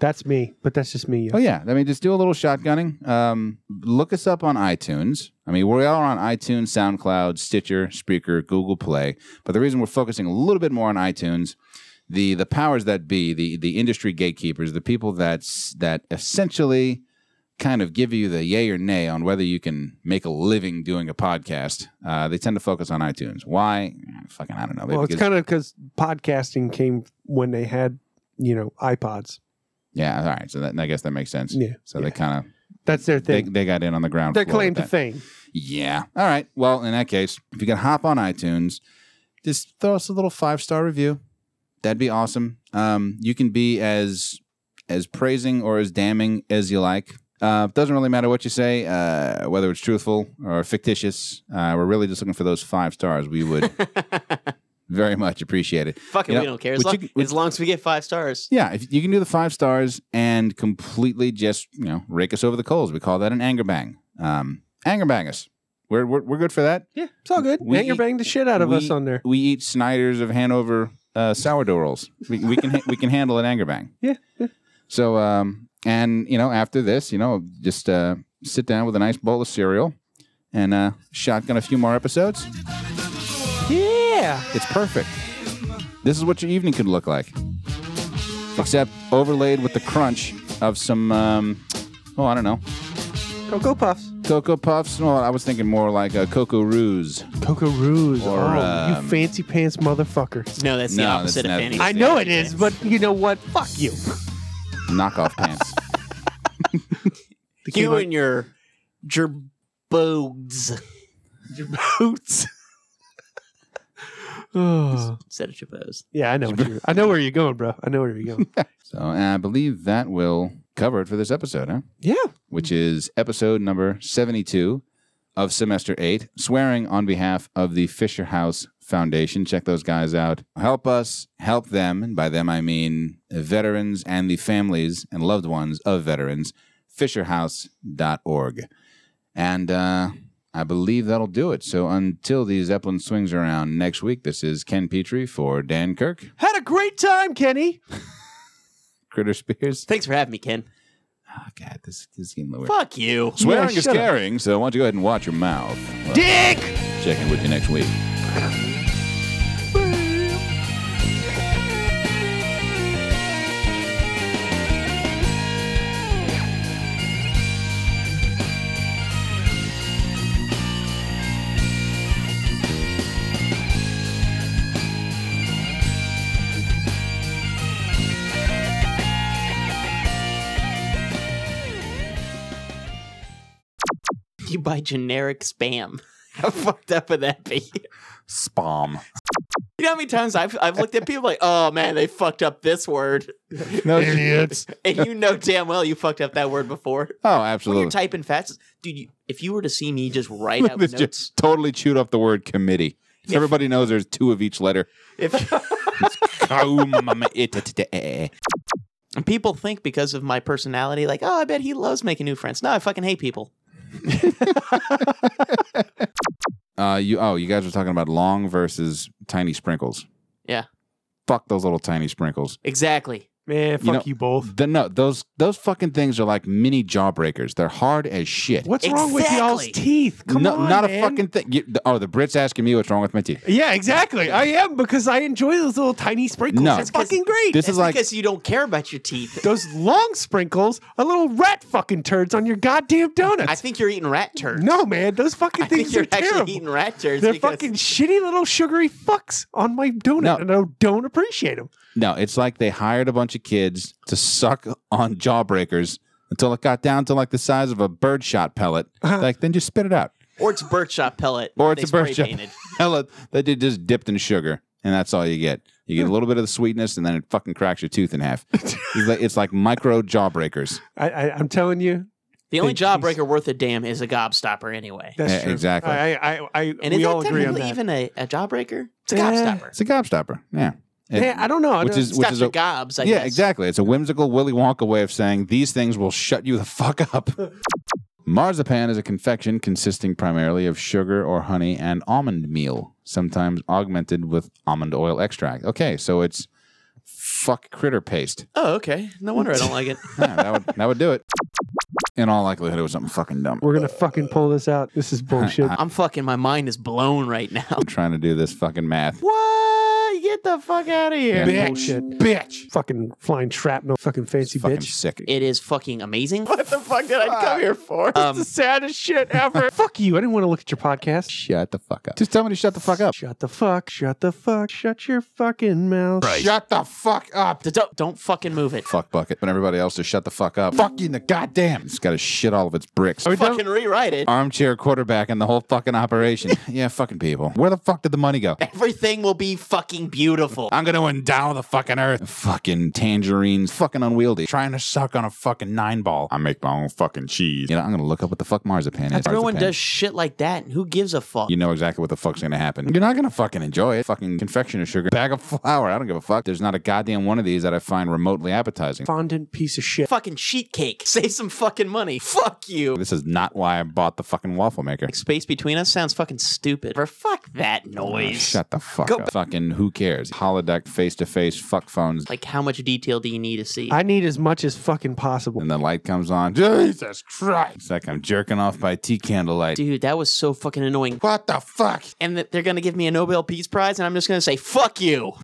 D: that's me, but that's just me.
B: Oh yeah, I mean, just do a little shotgunning. Um, look us up on iTunes. I mean, we are on iTunes, SoundCloud, Stitcher, Spreaker, Google Play. But the reason we're focusing a little bit more on iTunes, the the powers that be, the the industry gatekeepers, the people that's that essentially kind of give you the yay or nay on whether you can make a living doing a podcast. Uh, they tend to focus on iTunes. Why? Fucking, I don't know. Maybe
D: well, it's
B: because-
D: kind of because podcasting came when they had, you know, iPods.
B: yeah. All right. So that, I guess that makes sense.
D: Yeah,
B: So
D: yeah.
B: they kind of
D: That's their
B: they,
D: thing.
B: they got in on the ground.
D: their
B: floor with
D: claim to
B: that.
D: fame.
B: Yeah. All right. Well, in that case, if you can hop on iTunes, just throw us a little five star review. That'd be awesome. Um, you can be as as praising or as damning as you like. Uh, it doesn't really matter what you say, uh, whether it's truthful or fictitious. Uh, we're really just looking for those five stars. We would very much appreciate it.
A: Fuck it,
B: You know,
A: we don't care. As,
B: would
A: long,
B: you- would-
A: as long as we get five stars.
B: Yeah, if you can do the five stars and completely just you know rake us over the coals. We call that an anger bang. Um, anger bang us. We're, we're we're good for that.
D: Yeah, it's all good.
B: We-
D: Anger banged the shit out of
B: we-
D: us on there.
B: We eat Snyder's of Hanover uh, sourdough rolls. We, we can ha- we can handle an anger bang.
D: Yeah,
B: So um and you know after this you know just uh, sit down with a nice bowl of cereal and uh, shotgun a few more episodes.
D: Yeah.
B: It's perfect. This is what your evening could look like, except overlaid with the crunch of some um, oh I don't know
D: Cocoa Puffs.
B: cocoa puffs. Well, I was thinking more like a cocoa ruse.
D: Cocoa Roos.
B: Or,
D: oh,
B: um,
D: you fancy pants motherfucker.
A: No, that's the
B: No, that's
A: opposite
B: not-
A: of fantasy.
D: I know it is, but you know what? Fuck you.
B: knockoff pants.
A: you and your Gerbogs.
D: Boots. oh.
A: Instead of Jabos.
D: Yeah, I know. What you're, I know where you're going, bro. I know where you're going.
B: So and I believe that will cover it for this episode, huh?
D: yeah.
B: Which is episode number 72 of semester eight, swearing on behalf of the Fisher House Foundation. Check those guys out. Help us help them, and by them I mean veterans and the families and loved ones of veterans, fisherhouse.org. And uh, I believe that'll do it. So until the Zeppelin swings around next week, this is Ken Petrie for Dan Kirk,
D: Had a great time, Kenny.
B: Critter Spears.
A: Thanks for having me, Ken.
B: Oh, God, this, this is getting lower.
A: Fuck you.
B: Swearing
D: Yeah,
B: is
D: shut up.
B: caring, so why don't you go ahead and watch your mouth. Well,
D: Dick.
B: check in with you next week.
A: You buy generic spam. How fucked up would that be?
B: Spam.
A: You know how many times I've, I've looked at people like, oh man, they fucked up this word.
C: Idiots.
A: And you know damn well you fucked up that word before.
B: Oh,
A: When
B: absolutely.
A: you're typing fast, dude, you, if you were to see me just write out
B: This
A: notes,
B: just totally chewed up the word committee. Everybody knows there's two of each letter.
A: if
B: That's
A: and people think because of my personality, like, oh, I bet he loves making new friends. No, I fucking hate people.
B: Uh, you oh, you guys were talking about long versus tiny sprinkles.
A: Yeah.
B: Fuck those little tiny sprinkles.
A: Exactly.
D: Man, fuck you,
B: You know-
D: both.
B: The, no, those those fucking things are like mini jawbreakers. They're hard as shit.
D: What's wrong with y'all's
A: Exactly.
D: teeth? Come
B: no,
D: on,
B: not a
D: man.
B: fucking thing. You, the, oh, the Brits asking me what's wrong with my teeth.
D: Yeah, exactly. I am because I enjoy those little tiny sprinkles.
B: No.
D: It's fucking great.
B: This
A: It's
B: is like
A: because you don't care about your teeth.
D: those long sprinkles are little rat fucking turds on your goddamn donuts.
A: I think you're eating rat turds.
D: no, man, those fucking
A: I think
D: things
A: you're
D: are
A: actually
D: terrible.
A: eating rat turds.
D: They're
A: because-
D: fucking shitty little sugary fucks on my donut,
B: No.
D: and I don't appreciate them.
B: No, it's like they hired a bunch of kids to suck on jawbreakers until it got down to like the size of a birdshot pellet.
D: Uh-huh.
B: Like then just spit it out.
A: Or it's bird shot pellet.
B: Or
A: that
B: it's a
A: they spray
B: birdshot
A: painted.
B: pellet that they just dipped in sugar, and that's all you get. You get a little bit of the sweetness, and then it fucking cracks your tooth in half. it's, like, it's like micro jawbreakers.
D: I, I, I'm telling you,
A: The only
D: Big piece.
A: jawbreaker worth a damn is a gobstopper anyway.
D: that's
B: Yeah,
D: true.
B: exactly.
D: I, I, I, I
A: And
D: we
A: is
D: all
A: that
D: agree on
A: technically
D: that.
A: even a, a jawbreaker? It's a
D: Yeah.
A: gobstopper.
B: It's a gobstopper. Yeah. It-
D: yeah, I don't know. I
B: which
D: don't-
B: is
A: It's
B: which
A: got
B: is
A: your
B: a,
A: gobs, I
B: yeah
A: guess.
B: exactly. It's a whimsical Willy Wonka way of saying these things will shut you the fuck up. Marzipan is a confection consisting primarily of sugar or honey and almond meal, sometimes augmented with almond oil extract. Okay, so it's fuck critter paste.
A: Oh, okay. No wonder I don't like it.
B: Yeah, that would that would do it. In all likelihood, it was something fucking dumb.
D: We're gonna fucking pull this out. This is bullshit.
A: I'm fucking, my mind is blown right now.
B: I'm trying to do this fucking math.
A: What? Get the fuck out of here.
B: Yeah.
D: bullshit.
C: Bitch.
D: Fucking flying shrapnel. Fucking fancy
B: Fucking
D: bitch.
B: sick.
A: It is fucking amazing. What the fuck did
B: I come
A: here for? Um,
D: the saddest shit ever. fuck you. I didn't want to look at your podcast.
B: Shut the fuck up. Just tell me to shut the fuck up.
D: Shut the fuck. Shut the fuck. Shut your fucking mouth.
C: Shut the fuck up.
A: d- don't, don't fucking move it.
B: Fuck bucket. But everybody else to shut the fuck up.
C: Fuck you in the goddamn.
B: It's got to shit all of its bricks.
D: Are we done?
A: Fucking rewrite it.
B: armchair quarterback and the whole fucking operation. yeah, fucking people. Where the fuck did the money go?
A: Everything will be fucking beautiful.
B: I'm gonna endow the fucking earth. Fucking tangerines, fucking unwieldy, trying to suck on a fucking nine ball. I make my own fucking cheese. You know, I'm gonna look up what the fuck marzipan is.
A: Everyone
B: Marzipan.
A: does shit like that, and who gives a fuck?
B: You know exactly what the fuck's gonna happen. You're not gonna fucking enjoy it. Fucking confectioner sugar, bag of flour. I don't give a fuck. There's not a goddamn one of these that I find remotely appetizing.
D: Fondant piece of shit.
A: Fucking sheet cake. Save some fucking money. Fuck you.
B: This is not why I bought the fucking waffle maker.
A: Space between us sounds fucking stupid. Or fuck that noise.
B: Shut the fuck
A: Go
B: up. Fucking who cares? Holodeck face to face fuck phones.
A: Like, how much detail do you need to see?
D: I need as much as fucking possible.
B: and the light comes on. Jesus Christ! It's like I'm jerking off by tea candlelight.
A: Dude, that was so fucking annoying.
C: What the fuck?
A: And that they're gonna give me a Nobel Peace Prize, and I'm just gonna say, fuck you.